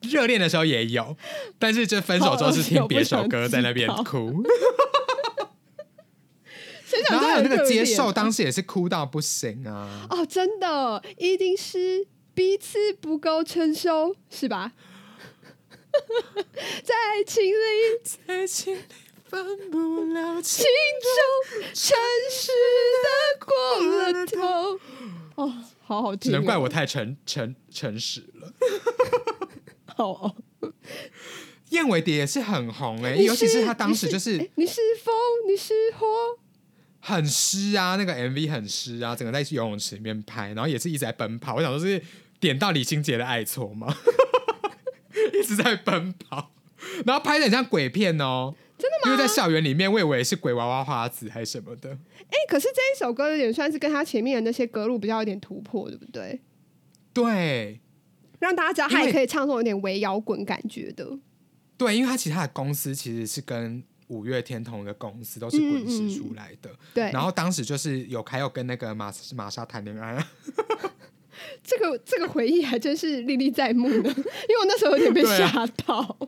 A: 热恋的时候也有，但是就分手之后是听别首歌在那边 哭，
B: 谁
A: 然
B: 想
A: 后
B: 知
A: 还
B: 道
A: 有那个
B: 热
A: 接
B: 恋
A: 受，
B: 啊
A: 当时也是哭到不行啊。
B: 哦，真的，一定是彼此不够成熟，是吧？在情里，
A: 在心里分不了清
B: 心。中诚实的过了头。哦，好好听哦、
A: 难怪我太诚诚诚实了。
B: 好哦。
A: 燕尾蝶也是很红哎、
B: 你
A: 尤其是他当时就
B: 你
A: 是
B: 诶你是风，你是火，
A: 很湿啊，那个 MV 很湿啊，整个在游泳池里面拍，然后也是一直在奔跑。我想说是点到李心洁的爱错吗？ 一直在奔跑，然后拍的很像鬼片哦。真的吗？因为在校园里面，我以为是鬼娃娃花子还是什么的。
B: 哎、可是这一首歌有点算是跟他前面的那些歌路比较有点突破，对不对？
A: 对
B: 让大家知道
A: 因
B: 他也
A: 为
B: 可以唱这种有点微摇滚感觉的。
A: 对，因为他其实他的公司其实是跟五月天同一个公司，都是
B: 嗯
A: 滚石
B: 嗯
A: 出来的。
B: 对，
A: 然后当时就是有还有跟那个玛莎玛莎谈恋爱啊，
B: 这个这个回忆还真是历历在目呢，因 为我那时候有点被
A: 对啊
B: 吓到。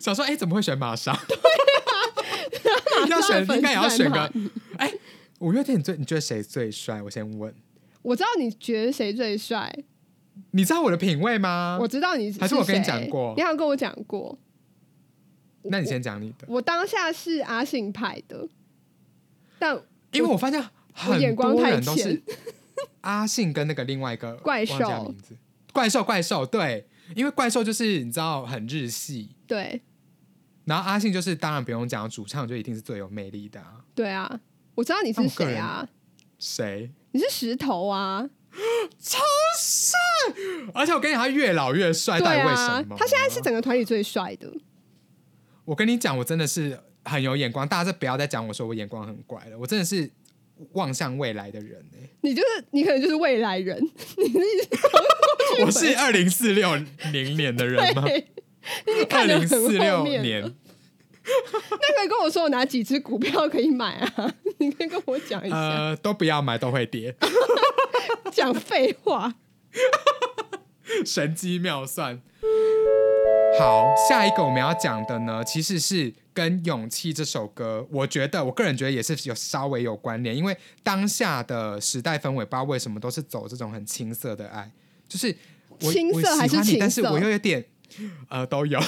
A: 想说哎、怎么会选玛 莎？
B: 莎
A: 要
B: 啊的
A: 选
B: 粉丝
A: 应该也要选
B: 还
A: 个哎、五月天你最你觉得谁最帅？我先问，
B: 我知道你觉得谁最帅，
A: 你知道我的品味吗
B: 我？知道你是
A: 啊还是我跟你
B: 谁
A: 讲过
B: 你好像跟我讲过。
A: 那你先讲你的，
B: 我当下是阿信派的，但
A: 因为我发现
B: 我
A: 很
B: 眼光
A: 多
B: 太
A: 人都
B: 浅
A: 是 阿信跟那个另外一个
B: 怪兽
A: 忘记他名字，怪兽怪兽对，因为怪兽就是你知道很日系，
B: 对
A: 然后阿信就是当然不用讲，主唱就一定是最有魅力的、啊。
B: 对啊，我知道你是谁啊，
A: 谁？
B: 你是石头啊，
A: 而且我跟你讲，他越老越帅，
B: 对
A: 到底为什
B: 啊
A: 么？，
B: 他现在是整个团里最帅的。
A: 我跟你讲，我真的是很有眼光，大家不要再讲我说我眼光很怪了，我真的是望向未来的人 哎、
B: 你就是你，可能就是未来人，
A: 我是二零四六零年的人吗？
B: 对，你
A: 二
B: 看得
A: 零
B: 很
A: 四
B: 后
A: 六
B: 面
A: 年，
B: 那可以跟我说我哪几只股票可以买啊？ 你可以跟我讲一下，
A: 呃，都不要买，都会跌，
B: 讲废话。
A: 神机妙算。好，下一个我们要讲的呢，其实是跟《勇气》这首歌，我觉得我个人觉得也是有稍微有关联，因为当下的时代氛围，不知道为什么都是走这种很青涩的爱，就是我
B: 青涩还是
A: 我喜欢你
B: 情
A: 但是
B: 色
A: 我又有点呃都有，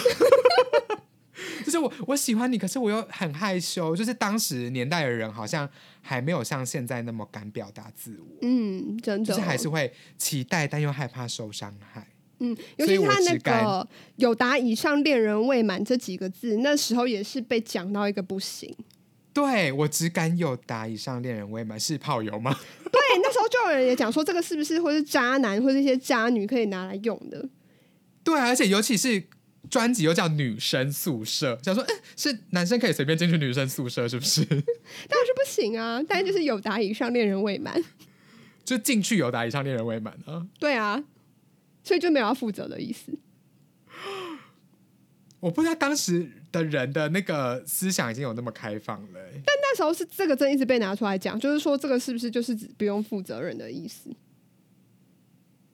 A: 就是我我喜欢你，可是我又很害羞，就是当时年代的人好像还没有像现在那么敢表达自我，
B: 嗯，真的，
A: 就是还是会期待但又害怕受伤害。
B: 嗯，尤其
A: 所
B: 是
A: 以我
B: 他那
A: 只敢
B: 个“有达以上恋人未满”这几个字，那时候也是被讲到一个不行。
A: 对我只敢有打以上恋人未满是炮友吗？
B: 对，那时候就有人也讲说，这个是不是或是渣男或是一些渣女可以拿来用的？
A: 对啊，而且尤其是专辑又叫女生宿舍，想说，嗯，是男生可以随便进去女生宿舍是不是？
B: 当然是不行啊，但是就是有达以上恋人未满，
A: 就进去有打以上恋人未满啊？
B: 对啊，所以就没有要负责的意思。
A: 我不知道当时的人的那个思想已经有那么开放了欸、
B: 但那时候是这个真一直被拿出来讲，就是说这个是不是就是指不用负责任的意思？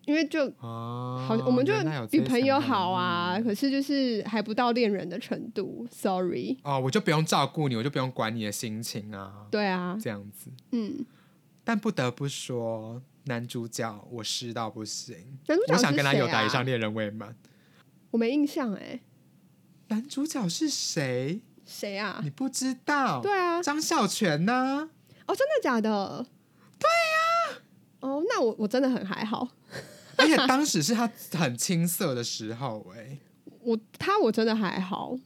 B: 因为就
A: 哦
B: 好，我们就
A: 原来有这
B: 比
A: 一层
B: 朋友
A: 含
B: 好啊，
A: 义
B: 可是就是还不到恋人的程度，sorry。
A: 哦，我就不用照顾你，我就不用管你的心情啊，
B: 对啊，
A: 这样子。
B: 嗯，
A: 但不得不说，男主角我湿到不行，
B: 男主角
A: 我想
B: 是
A: 跟他
B: 谁
A: 有打以
B: 啊
A: 上恋人未满。
B: 我没印象哎、
A: 男主角是谁？
B: 谁啊
A: 你？不知道？
B: 对啊，
A: 张孝全呢、
B: 哦，真的假的？对啊。哦，那我我真的很还好，
A: 而且当时是他很青涩的时候、哎，
B: 我他我真的还好，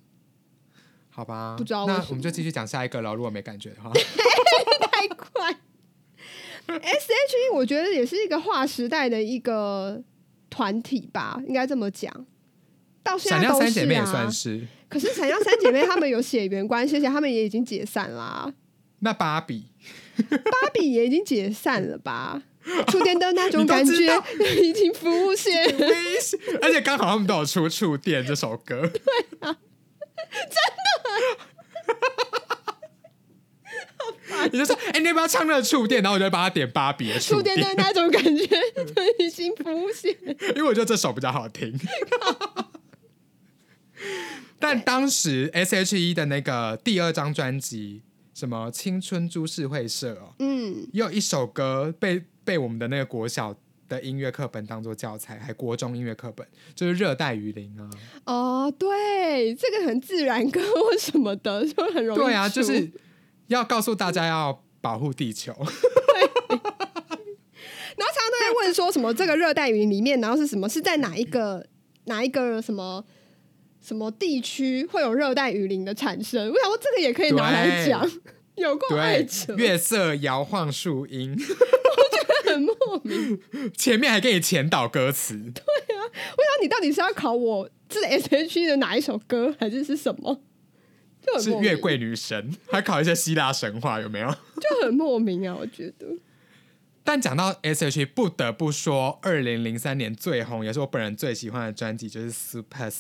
A: 好吧，
B: 不知道为什
A: 那
B: 么
A: 我们就继续讲下一个喽。如果没感觉的话，
B: 太快。S H E 我觉得也是一个划时代的一个团体吧，应该这么讲。到 现
A: 闪
B: 在
A: 亮
B: 都
A: 三
B: 是
A: 姐妹也
B: 啊
A: 算，是。
B: 可是闪耀三姐妹她们有血缘关系，而且她们也已经解散啦、
A: 那芭 比，
B: 芭比也已经解散了 吧？触电灯那种
A: 你都
B: 感
A: 知
B: 觉
A: 道
B: 已经服务线，
A: 微笑而且刚好他们都有出《触电》这首 歌。
B: 啊
A: 你就说，哎、你要不要唱那个触电？然后我就会帮他点芭比的
B: 触
A: 触
B: 电
A: 电，
B: 灯那种感觉就已经服务线。
A: 因为我觉得这首比较好听。 但当时 S.H.E 的那个第二张专辑，什么《青春株式会社》哦，
B: 嗯，
A: 也有一首歌被被我们的那个国小的音乐课本当做教材，还国中音乐课本，就是热带雨林啊。
B: 哦，对，这个很自然歌或什么的，就很容易出。
A: 对啊，就是要告诉大家要保护地球。
B: 然后常常都在问说什么这个热带雨林里面，然后是什么是在哪一个哪一个什么什么地区会有热带雨林的产生？我想说这个也可以拿来讲，有够爱
A: 对
B: 扯，，
A: 月色摇晃树荫，
B: 很莫名。
A: 前面还给你前导歌词。
B: 我想哎你到底是要考我这是 S H E 的哪一首歌，还是是什么？就 很
A: 是
B: 莫名
A: 月桂女神， 还考一些希腊神话有没 有？
B: 就很莫名啊！我觉得
A: 但讲到 S.H.E，不得不说，二零零三年最红，也是我本人最喜欢的专辑就是《Superstar》。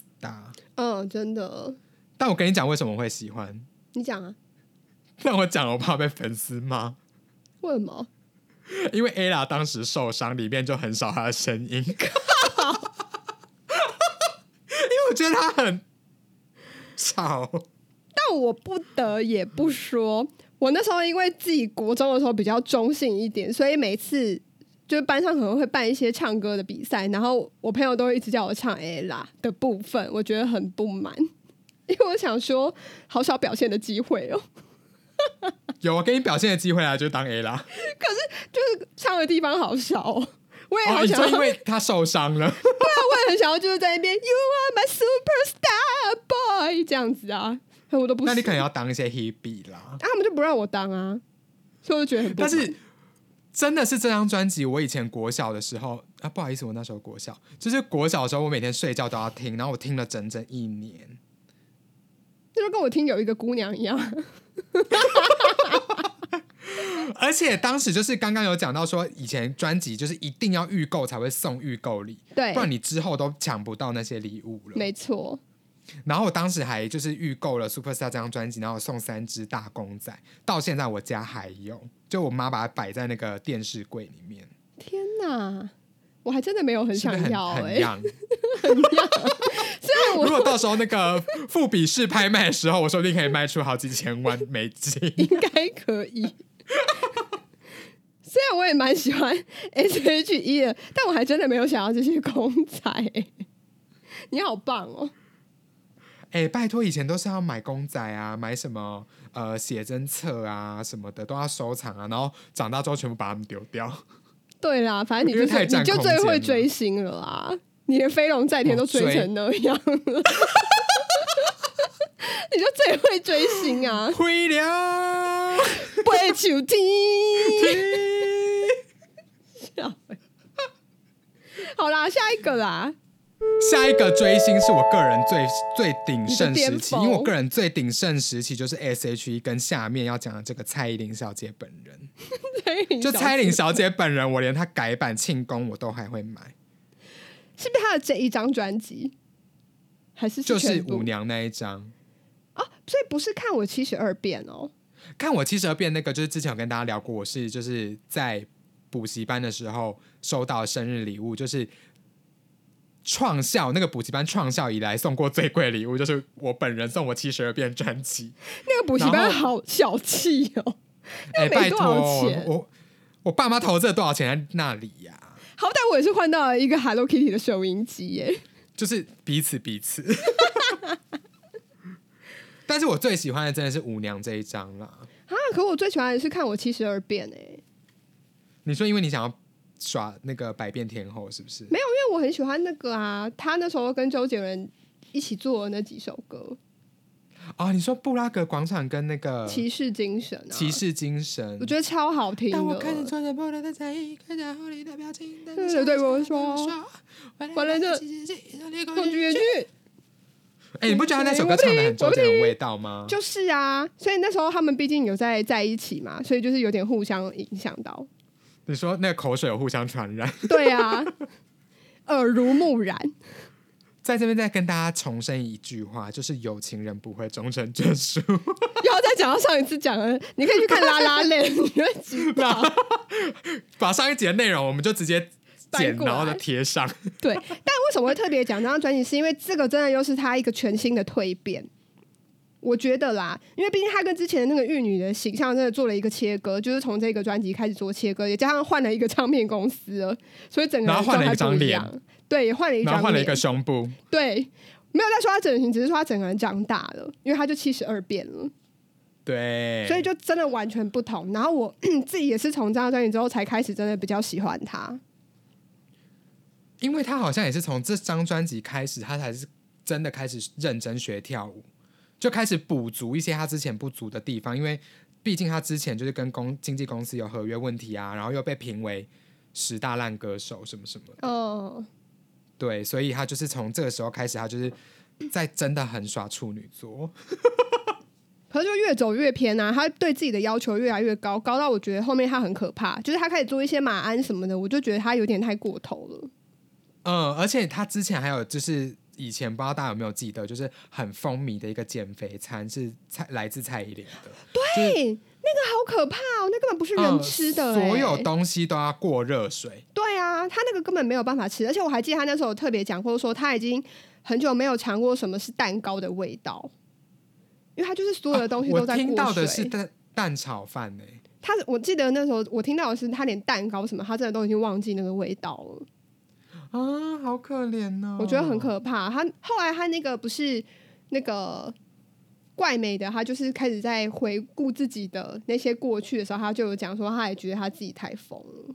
B: 嗯，真的，
A: 但我跟你讲，为什么会喜欢？
B: 你讲啊，
A: 让我讲，我怕被粉丝骂，
B: 为什么？
A: 因为 ella 当时受伤，里面就很少她的声音。因 为我觉得她很吵，
B: 但我不得也不说，我那时候因为自己国中的时候比较中性一点，所以每次就是班上可能会办一些唱歌的比赛，然后我朋友都会一直叫我唱 A 啦的部分，我觉得很不满， 因为我想说好少表现的机会哦、
A: 有我给你表现的机会啊，就当 ella。
B: 就是唱的地方好少、哦。我也
A: 哦，
B: 好
A: 你
B: 想
A: 说
B: 要，
A: 因为她受伤了，
B: 我也很想要，就是在那边 “You are my superstar boy” 这样子啊，可我都不
A: 那你可
B: 行
A: 能要当一些 hebe 啦。
B: 啊，他们就不让我当啊，所以我就觉得很不
A: 但
B: 满。
A: 是真的是这张专辑，我以前国小的时候啊，不好意思，我那时候国小，就是国小的时候，我每天睡觉都要听，然后我听了整整一年。
B: 这就跟我听有一个姑娘一样，
A: 而且当时就是刚刚有讲到说，以前专辑就是一定要预购才会送预购礼，
B: 对
A: 不，然你之后都抢不到那些礼物了。
B: 没错，
A: 然后我当时还就是预购了《Superstar》这张专辑，然后送三只大公仔，到现在我家还有，就我妈把它摆在那个电视柜里面，
B: 天哪，我还真的没有很
A: 是不
B: 想
A: 是
B: 要
A: 很
B: 哎、
A: 很样？
B: 虽然
A: 如果
B: 我
A: 到时候那个富比士拍卖的时候，我说不定可以卖出好几千万美 金。
B: 应该可以，虽然我也蛮喜欢 S H E 的，但我还真的没有想要这些公仔欸、 你好棒哦！
A: 哎、拜托，以前都是要买公仔啊，买什么呃写真册啊什么的，都要收藏啊，然后长大之后全部把它们丢掉。
B: 对啦，反正你
A: 因
B: 就
A: 为
B: 是
A: 太占
B: 你就
A: 空
B: 最
A: 间
B: 会
A: 了
B: 追星了啊！你连飞龙在天都追
A: 哦追
B: 成那样了， 你就最会追 星啊！
A: 灰凉，
B: 会求听。好啦，下一个啦，
A: 下一个追星是我个人最最鼎盛
B: 你的
A: 时
B: 巅
A: 期，
B: 峰
A: 因为我个人最鼎盛时期就是 S.H.E 跟下面要讲的这个蔡依林小姐本人，
B: 蔡依林
A: 就
B: 小
A: 蔡依林
B: 姐
A: 小姐本人，我连她改版庆功我都还会买。
B: 是不是她的这一张专辑，还是
A: 就是
B: 全部
A: 舞娘那一张。
B: 啊？所以不是看我七十二变哦，
A: 看我七十二变那个，就是之前有跟大家聊过，我是就是在补习班的时候收到的生日礼物，就是创校那个补习班创校以来送过最贵的礼物，就是我本人送我七十二变专 辑。
B: 那个补习班
A: 然后
B: 好小气哦，
A: 哎、
B: 没
A: 拜
B: 多
A: 托，
B: 少钱
A: 我我爸妈投资了多少钱在那里呀、
B: 好歹我也是换到了一个 Hello Kitty 的收音机耶，
A: 就是彼此彼此。 但是我最喜欢的真的是舞娘这一张啦。
B: 啊！可我最喜欢的是看我七十二变哎，
A: 你说，因为你想要耍那个百变天后，是不是？
B: 没有，因为我很喜欢那个啊，他那时候跟周杰伦一起做的那几首歌，
A: 哦，你说布拉格广场跟那个
B: 《骑士精神》啊，
A: 嗯骑士精神，
B: 我觉得超好听的。
A: 当我看见穿着布拉的在意，看着狐狸的表情，但
B: 对
A: 是
B: 对我说
A: 说，
B: 完了这
A: 空
B: 抗拒远距
A: 哎，你不觉得他那首歌唱的很周杰伦味道吗？
B: 就是啊，所以那时候他们毕竟有在在一起嘛，所以就是有点互相影响到。
A: 你说那个口水有互相传染，
B: 对啊， 耳濡目染。
A: 在这边再跟大家重申一句话，就是有情人不会终成眷属。
B: 然后再讲到上一次讲的，你可以去看《拉拉链》，你会知道。
A: 把上一集的内容我们就直接剪，
B: 搬过来
A: 然后再贴上。
B: 对，但为什么会特别讲这张专辑？是因为这个真的又是他一个全新的蜕变。我觉得啦，因为毕竟他跟之前的那个玉女的形象真的做了一个切割，就是从这个专辑开始做切割，也加上换了一个唱片公司了，所以整个
A: 然后
B: 人
A: 换了一
B: 状
A: 个
B: 态不
A: 张
B: 一样。对，也换了一
A: 然
B: 张
A: 后换了一
B: 脸
A: 个胸部，
B: 对，没有在说他整形，只是说他整个人长大了，因为他就七十二变了，
A: 对，
B: 所以就真的完全不同。然后我 自己也是从这张专辑之后才开始真的比较喜欢他。
A: 因为他好像也是从这张专辑开始，他才是真的开始认真学跳舞，就开始补足一些他之前不足的地方。因为毕竟他之前就是跟公经纪公司有合约问题啊，然后又被评为十大烂歌手什么什么的，
B: 哦，
A: 对，所以他就是从这个时候开始，他就是在真的很耍处女座。
B: 可是就越走越偏啊，他对自己的要求越来越高，高到我觉得后面他很可怕，就是他开始做一些马鞍什么的，我就觉得他有点太过头了。
A: 嗯，而且他之前还有就是以前不知道大家有没有记得，就是很风靡的一个减肥餐是蔡来自蔡依林的，
B: 哎、那个好可怕哦，那根本不是人
A: 嗯
B: 吃的、
A: 所
B: 哎
A: 有东西都要过热水。
B: 对啊，他那个根本没有办法吃，而且我还记得他那时候有特别讲过，说他已经很久没有尝过什么是蛋糕的味道，因为他就是所有的东西都
A: 哦我
B: 在
A: 听
B: 过
A: 到
B: 水。
A: 的是蛋蛋炒饭欸呢、
B: 他，我记得那时候我听到的是他连蛋糕什么，他真的都已经忘记那个味道了，
A: 啊，好可怜哦！
B: 我觉得很可怕。他后来他那个不是那个。怪美的他就是开始在回顾自己的那些过去的时候，他就有讲说，他也觉得他自己太疯了。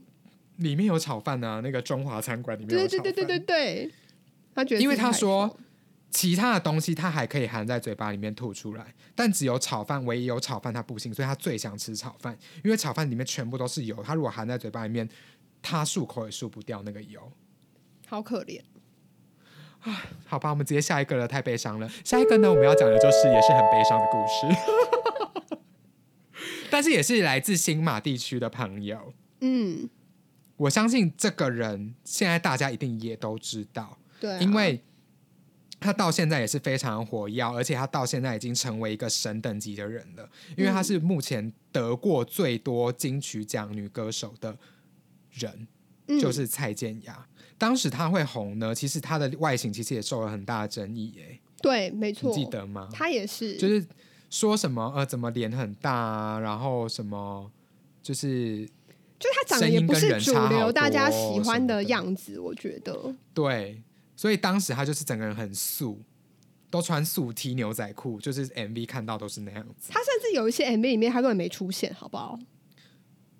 A: 里面有炒饭啊，那个中华餐馆里面有
B: 对
A: 炒
B: 对
A: 饭。
B: 对对对对，他觉得
A: 因为
B: 自己
A: 他
B: 太
A: 说
B: 疯
A: 其他的东西他还可以含在嘴巴里面吐出来，但只有炒饭，唯一有炒饭他不行，所以他最想吃炒饭，因为炒饭里面全部都是油，他如果含在嘴巴里面，他漱口也漱不掉那个油。
B: 好可怜。
A: 好吧，我们直接下一个了，太悲伤了。下一个呢，我们要讲的就是也是很悲伤的故事， 但是也是来自新马地区的朋友。
B: 嗯，
A: 我相信这个人现在大家一定也都知道，
B: 对啊、
A: 因为他到现在也是非常火药，而且他到现在已经成为一个神等级的人了，因为他
B: 嗯
A: 是目前得过最多金曲奖女歌手的人，
B: 嗯
A: 就是蔡健雅。当时她会红呢，其实她的外形其实也受了很大的争议、耶，
B: 对，没
A: 你
B: 错，
A: 记得吗？
B: 他也是，
A: 就是说什么呃，怎么脸很大啊，然后什么就是
B: 就是他长得也不是主
A: 声音跟人差好
B: 流
A: 多
B: 大家喜欢的样子，我觉得。
A: 对，所以当时他就是整个人很素，都穿素 T 牛仔裤，就是 MV 看到都是那样子，
B: 他甚至有一些 MV 里面他根本没出现，好不好？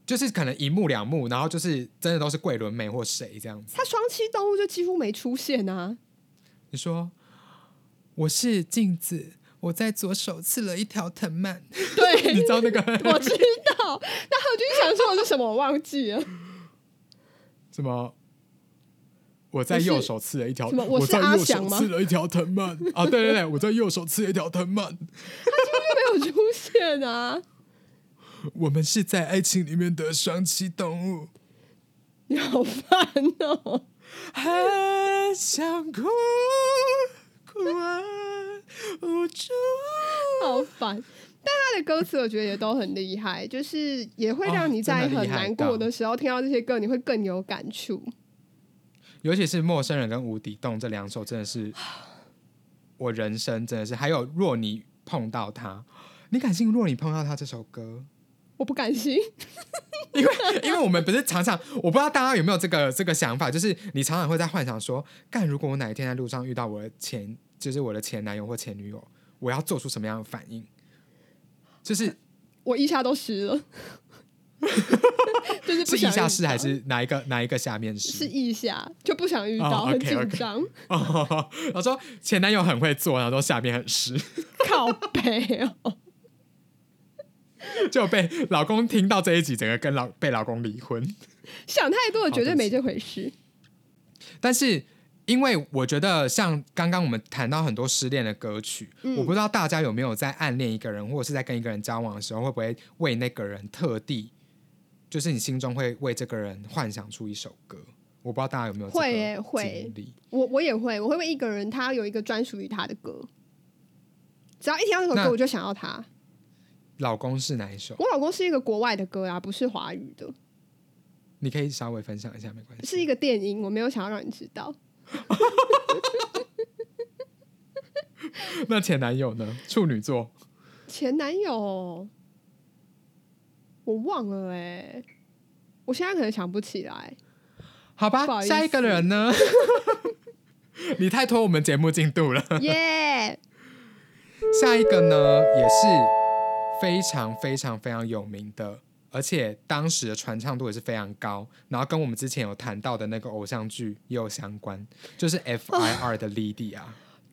A: 就是可能一幕两幕，然后就是真的都是桂纶镁或谁这样子。
B: 他双栖动物就几乎没出现啊，
A: 你说我是镜子，我在左手刺了一条藤蔓，
B: 对
A: 你知道那个
B: 我知道。那何君想说的是什么？我 忘记了。
A: 什么？我在
B: 我是
A: 右手刺了一条，
B: 什么
A: 我
B: 我是
A: 在
B: 阿
A: 右
B: 翔
A: 手
B: 吗
A: 刺了一条藤蔓啊！对对对，我在右手刺了一条藤蔓。
B: 没有出现啊，
A: 我们是在爱情里面的双栖动物。
B: 你好烦哦！
A: 很想哭，哭啊，无助。
B: 好烦。但他的歌词我觉得也都很厉害，就是也会让你在
A: 哦真的
B: 很
A: 厉害
B: 难过的时候听到这些歌，你会更有感触。
A: 尤其是《陌生人》跟《无底洞》这两首，真的是我人生真的是。还有《若你碰到他》，你敢信《若你碰到他》这首歌？
B: 我不甘心，
A: 因为 因为我们不是常常，我不知道大家有没有这个这个想法，就是你常常会在幻想说，干，如果我哪一天在路上遇到我的前，就是我的前男友或前女友，我要做出什么样的反应？ 就是
B: 我一下都湿 了，就是不
A: 是地
B: 想
A: 下
B: 遇
A: 室
B: 到
A: 还是哪一个哪一个下面室？
B: 是腋下，就不想遇到，
A: 哦
B: 很
A: OK，
B: 紧
A: OK
B: 张，
A: 哦，我说前男友很会做，然后说下面很湿，
B: 靠背哦，
A: 就被老公听到这一集，整个跟老被老公离婚。
B: 想太多了，
A: 好
B: 绝
A: 对
B: 对
A: 不
B: 没
A: 起
B: 这回事。
A: 但是因为我觉得，像刚刚我们谈到很多失恋的歌曲，
B: 嗯
A: 我不知道大家有没有在暗恋一个人，或者是在跟一个人交往的时候，会不会为那个人特地，就是你心中会为这个人幻想出一首歌？我不知道大家有没有这
B: 会耶
A: 个
B: 会
A: 经历。
B: 我我也会，我会为一个人，他有一个专属于他的歌，只要一听到那首
A: 那
B: 歌，我就想要他。
A: 老公是哪一首？
B: 我老公是一个国外的歌啊，不是华语的，
A: 你可以稍微分享一下，没关系。
B: 是一个电音，我没有想要让你知道。
A: 那前男友呢？处女座
B: 前男友，我忘了哎、我现在可能想不起来。
A: 好吧，
B: 不好意思
A: 下一个人呢？ 你太拖我们节目进度了。
B: 耶、
A: 下一个呢，也是非常非常非常有名的，而且当时的传唱度也是非常高。然后跟我们之前有谈到的那个偶像剧也有相关，就是
B: 哦
A: FIR 的 Lydia，、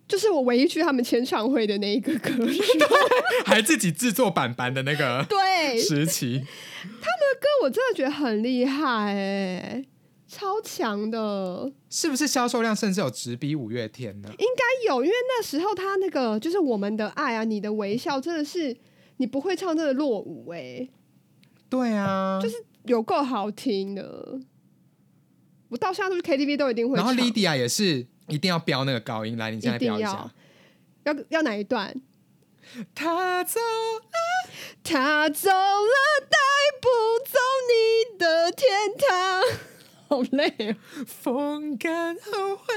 B: 就是我唯一去他们签唱会的那一个歌手。
A: 还自己制作版版的那 个
B: 对，
A: 时期。
B: 歌我真的觉得很厉害哎、超强的。
A: 是不是销售量甚至有直逼五月天呢？
B: 该有，因为那时候他那个就是我们的爱啊，你的微笑真的是你不会唱，真的落伍哎、
A: 对啊，就是
B: 有够好听的。我到现在都去 KTV 都一定会
A: 然
B: 唱。
A: 后 Lydia 也是一定要飙那个高音，来，你现在
B: 一定
A: 飙一
B: 要
A: 下。
B: 要要哪一段？
A: 他走
B: 他走了，带不走你的天堂。 好累、哦，
A: 风干后会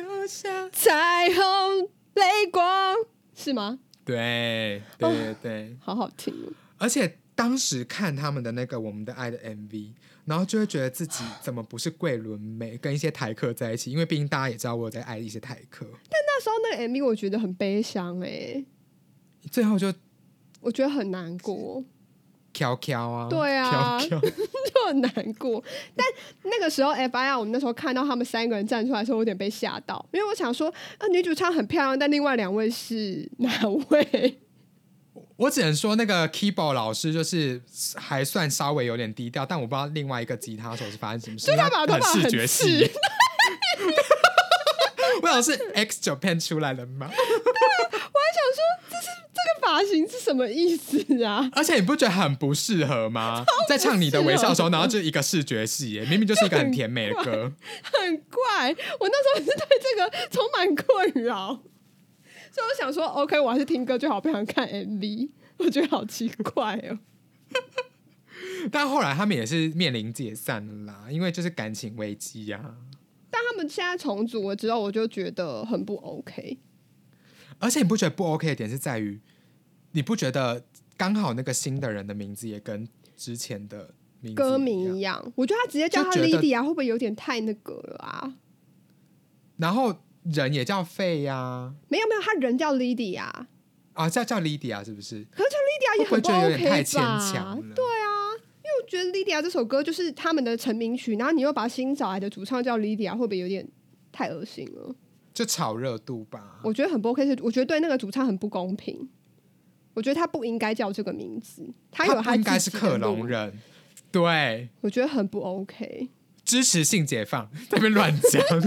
A: 留下。
B: 彩虹泪光是吗？
A: 对对
B: 哦
A: 对对，
B: 好好听哦，
A: 而且当时看他们的那个《我们的爱》的 MV，然后就会觉得自己怎么不是桂纶镁跟一些台客在一起？因为毕竟大家也知道我有在爱一些台客，
B: 那时候那个 MV 我觉得很悲伤哎、
A: 最后就
B: 我觉得很难过。
A: 飘飘啊，
B: 对啊
A: 飘飘
B: 就很难过。但那个时候 FIR，我们那时候看到他们三个人站出来的时候，我有点被吓到，因为我想说，呃，女主唱很漂亮，但另外两位是哪位？
A: 我只能说那个 keyboard 老师就是还算稍微有点低调，但我不知道另外一个吉他手是发生什么事，
B: 就他把头发
A: 很视
B: 很
A: 觉
B: 刺
A: 系。 我想是 X Japan 出来了吗？
B: 这个发型是什么意思啊？
A: 而且你不觉得很不适合吗？在唱你的微笑的时候，然后就一个视觉系耶，明明就是一个很甜美的 歌。
B: 很怪，我那时候是对这个充满困扰，所以我想说，OK，我还是听歌就好，不想看 MV，我觉得好奇怪哦。
A: 但后来他们也是面临解散了啦，因为就是感情危机啊呀、
B: 但他们现在重组了之后，我就觉得很不 OK。
A: 而且你不觉得不 OK 的点是在于，你不觉得刚好那个新的人的名字也跟之前的名字
B: 歌
A: 一
B: 名
A: 样
B: 一样，我觉得他直接叫他
A: 就觉得
B: Lydia 会不会有点太那个了啊？
A: 然后人也叫费呀、啊，
B: 没有没有，他人叫 Lydia，
A: 叫叫 Lydia 是不是？
B: 可是叫 Lydia 也
A: 会
B: 很
A: 不会觉
B: 不
A: 得
B: OK 吧？
A: 有点太牵强了？对，
B: 因为我觉得 Lydia 这首歌就是他们的成名曲，然后你又把新找来的主唱叫 Lydia，会不会有点太恶心了？
A: 就炒热度吧。
B: 我觉得很不 OK，是我觉得对那个主唱很不公平。我觉得他不应该叫这个名字，他有
A: 他不应该
B: 自
A: 是
B: 己的
A: 克
B: 路
A: 隆，人，对，
B: 我觉得很不 OK，
A: 支持性解 放，在那边乱讲。
B: 神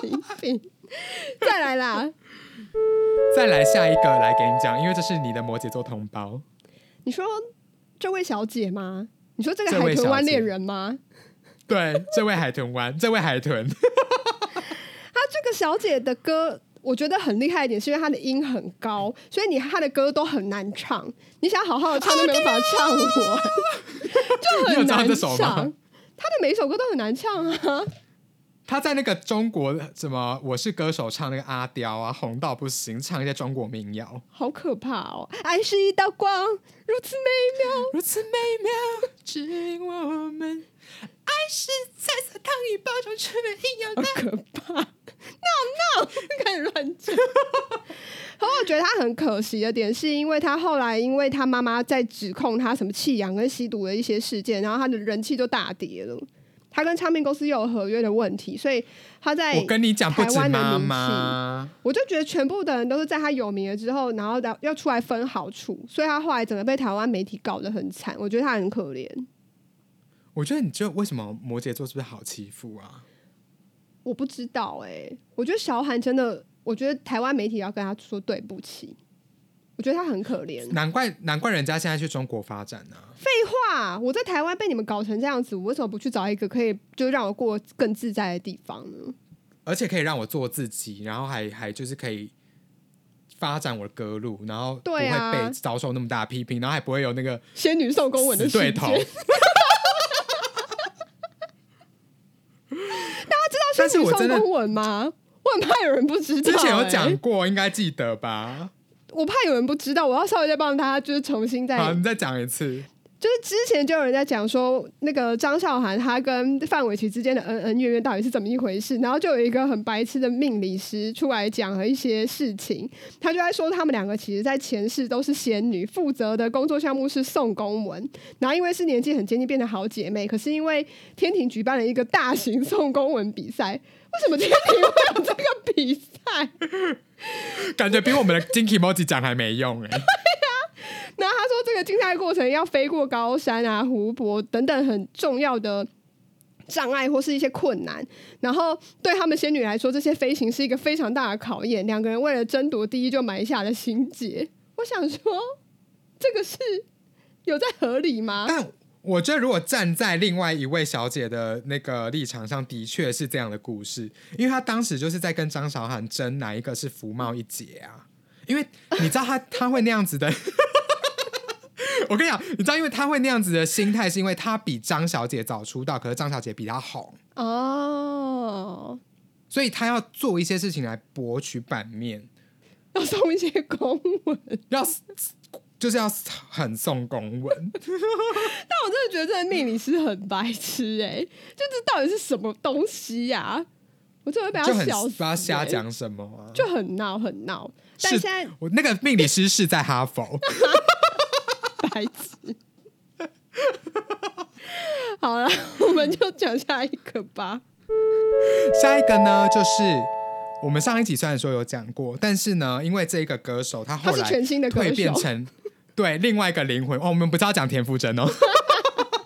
B: 经病。再来啦，
A: 再来下一个，来给你讲，因为这是你的摩羯座同胞。
B: 你说这位小姐吗？你说这个
A: 这位
B: 海豚湾
A: 小姐
B: 恋人吗？
A: 对，这位海豚湾，这位海 豚，
B: 这个小姐的歌，我觉得很厉害一点，是因为她的音很
A: 嗯
B: 高，所以你她的歌都很难唱。你想好好的唱
A: 啊
B: 都没有办法唱完，
A: 你
B: 就
A: 有
B: 很
A: 唱这
B: 难
A: 首
B: 唱
A: 吗？。
B: 她的每一首歌都很难唱啊！
A: 他在那个中国什么《我是歌手》唱那个阿刁啊，红到不行，唱一些中国民谣，
B: 好可怕哦！爱是一道光，如此美妙。
A: 如此美妙，只因我们爱是彩色糖衣包装成的营养
B: 好
A: 蛋。
B: 可怕！No No，开始 乱讲。 可我觉得他很可惜的点，是因为他后来因为他妈妈在指控他什么弃养跟吸毒的一些事件，然后他的人气就大跌了。他跟唱片公司又有合约的问题，所以他在
A: 我跟你讲，不
B: 哎台
A: 止
B: 湾的
A: 妈
B: 名
A: 妈，
B: 我就觉得全部的人都是在他有名了之后，然后要要出来分好处，所以他后来整个被台湾媒体搞得很惨。我觉得他很可怜。
A: 我觉得你就为什么摩羯座是不是好欺负啊？
B: 我不知道哎、我觉得小韩真的，我觉得台湾媒体要跟他说对不起，我觉得他很可怜。
A: 难怪难怪人家现在去中国发展呢、啊。
B: 废话，我在台湾被你们搞成这样子，我为什么不去找一个可以就让我过更自在的地方呢？
A: 而且可以让我做自己，然后还还就是可以发展我的歌路，然后不
B: 对啊
A: 会被遭受那么大的批评，然后还不会有那个
B: 仙女送公文的
A: 死
B: 事
A: 对
B: 件，
A: 头
B: 大。家知道
A: 但是
B: 仙女
A: 我真
B: 送
A: 的
B: 公文吗？我很怕有人不知道、
A: 之前有
B: 欸
A: 讲过，应该记得吧？
B: 我怕有人不知道，我要稍微再帮大家就是重新再
A: 好，你再讲一次。
B: 就是之前就有人在讲说，那个张韶涵她跟范玮琪之间的恩恩怨怨到底是怎么一回事，然后就有一个很白痴的命理师出来讲了一些事情，他就在说他们两个其实在前世都是仙女，负责的工作项目是送公文，然后因为是年纪很接近变成好姐妹，可是因为天庭举办了一个大型送公文比赛，为什么 天庭会有这个比赛？
A: 感觉比我们的金 i m o j i 讲还没用哎、
B: 那他说这个竞赛过程要飞过高山啊、湖泊等等很重要的。障碍或是一些困难，然后对他们仙女来说，这些飞行是一个非常大的考验。两个人为了争夺第一就埋下了心结。我想说，这个是有在合理吗？
A: 但我觉得，如果站在另外一位小姐的那个立场上，的确是这样的故事，因为她当时就是在跟张韶涵争哪一个是福茂一姐啊。因为你知道 她她会那样子的， 我跟你讲，你知道，因为她会那样子的心态，是因为她比张小姐早出道，可是张小姐比她红，
B: 哦，
A: 所以她要做一些事情来博取版面，
B: 要送一些公文，
A: 要就是要很送公 文。
B: 但我真的觉得这个命理师很白痴哎、就这到底是什么东西呀、我真的会被他
A: 就很
B: 笑
A: 不
B: 死、
A: 知道瞎
B: 欸
A: 讲什么啊。
B: 就很闹很闹。但
A: 是
B: 现在
A: 我那个命理师是在哈佛，
B: 白痴。 好了， 我们就讲下一个吧。
A: 下一个呢就是我们上一集虽然说有讲过，但是呢，因为这个歌手他后
B: 他是
A: 来
B: 全新的歌
A: 蜕变
B: 手
A: 成对另外一个灵魂哦，我们不知道讲田馥甄哦，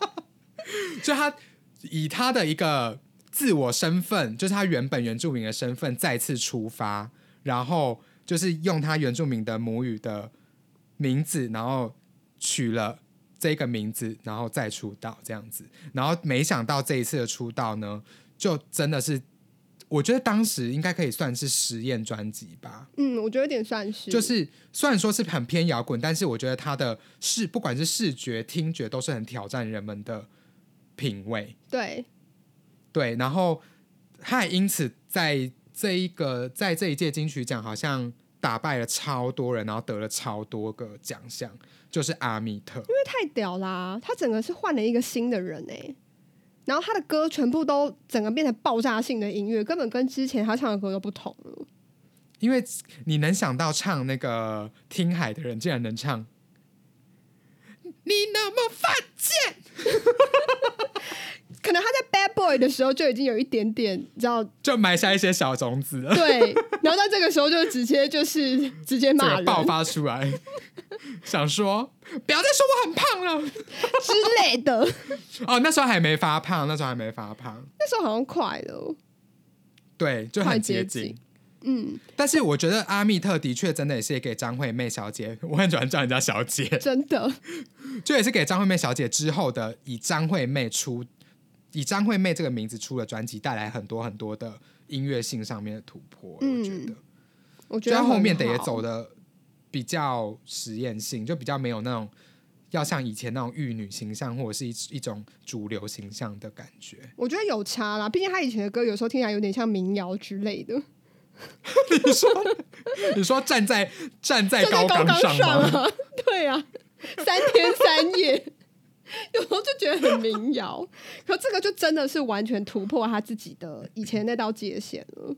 A: 就他以他的一个自我身份，就是他原本原住民的身份再次出发，然后就是用他原住民的母语的名字，然后取了这个名字，然后再出道这样子。然后没想到这一次的出道呢，就真的是，我觉得当时应该可以算是实验专辑吧。
B: 嗯，我觉得有点算是，
A: 就是虽然说是很偏摇滚，但是我觉得他的视不管是视觉、听觉都是很挑战人们的品味。
B: 对，
A: 对，然后他也因此在这一个在这一届金曲奖好像打败了超多人，然后得了超多个奖项，就是阿密特。
B: 因为太屌啦，他整个是换了一个新的人哎、然后他的歌全部都整个变成爆炸性的音乐，根本跟之前他唱的歌都不同了。
A: 因为你能想到唱那个《听海》的人，竟然能唱。你那么犯贱，
B: 可能他在 Bad Boy 的时候就已经有一点点，你知道
A: 就埋下一些小种子了，
B: 对，然后在这个时候就直接就是直接
A: 整
B: 骂
A: 个
B: 人
A: 爆发出来， 想说不要再说我很胖了。
B: 之类的。
A: 哦，那时候还没发胖，那时候还没发胖，
B: 那时候好像快了，哦
A: 对，就
B: 快
A: 很接
B: 接
A: 近
B: 近。嗯，
A: 但是我觉得阿密特的确真的也是给张惠妹小姐，我很喜欢叫人家小姐，
B: 真的。
A: 就也是给张惠妹小姐之后的以张惠妹出以张惠妹这个名字出的专辑带来很多很多的音乐性上面的突破，我觉
B: 嗯
A: 得，
B: 我觉
A: 就她
B: 得
A: 后面的
B: 很
A: 也
B: 好
A: 走的比较实验性，就比较没有那种要像以前那种玉女形象或者是一一种主流形象的感觉。
B: 我觉得有差啦，毕竟他以前的歌有时候听起来有点像民谣之类的，
A: 你说，你说站在站在
B: 站在
A: 高
B: 高
A: 岗
B: 岗
A: 上
B: 上
A: 吗？
B: 啊， 对啊，三天三夜， 有时候就觉得很民谣。可这个就真的是完全突破他自己的以前那道界限了。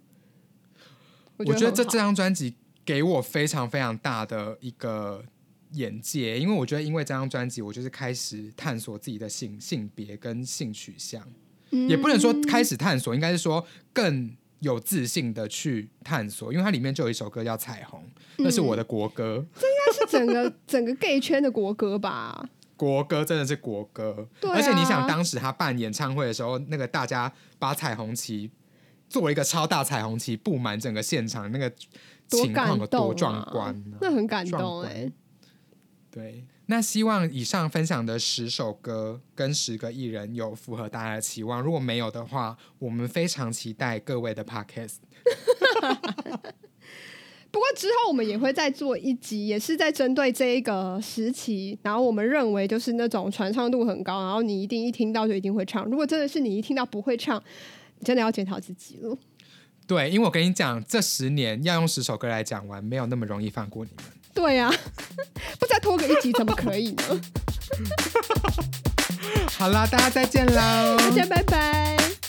B: 我
A: 我觉得这
B: 很好
A: 这张专辑给我非常非常大的一个眼界，因为我觉得因为这张专辑，我就是开始探索自己的性性别跟性取向，
B: 嗯
A: 也不能说开始探索，应该是说更有自信的去探索，因为它里面就有一首歌叫《彩虹》，那是我的国歌，
B: 应该是整个整个 gay 圈的国歌吧？
A: 国歌真的是国歌，
B: 对啊
A: 而且你想当时他办演唱会的时候，那个大家把彩虹旗做一个超大彩虹旗布满整个现场，那个
B: 多
A: 情
B: 感
A: 况有
B: 动、
A: 多
B: 啊，
A: 壮观、啊，
B: 那很感动
A: 壮
B: 哎、
A: 观对，那希望以上分享的十首歌跟十个艺人有符合大家的期望，如果没有的话，我们非常期待各位的 podcast。
B: 不过之后我们也会再做一集，也是在针对这一个时期，然后我们认为就是那种传唱度很高，然后你一定一听到就一定会唱。如果真的是你一听到不会唱，你真的要检讨自己了。
A: 对，因为我跟你讲，这十年要用十首歌来讲完，没有那么容易放过你们。
B: 对啊， 不再拖个一集怎么可以呢？
A: 好啦，大家再见啦，
B: 大家拜拜。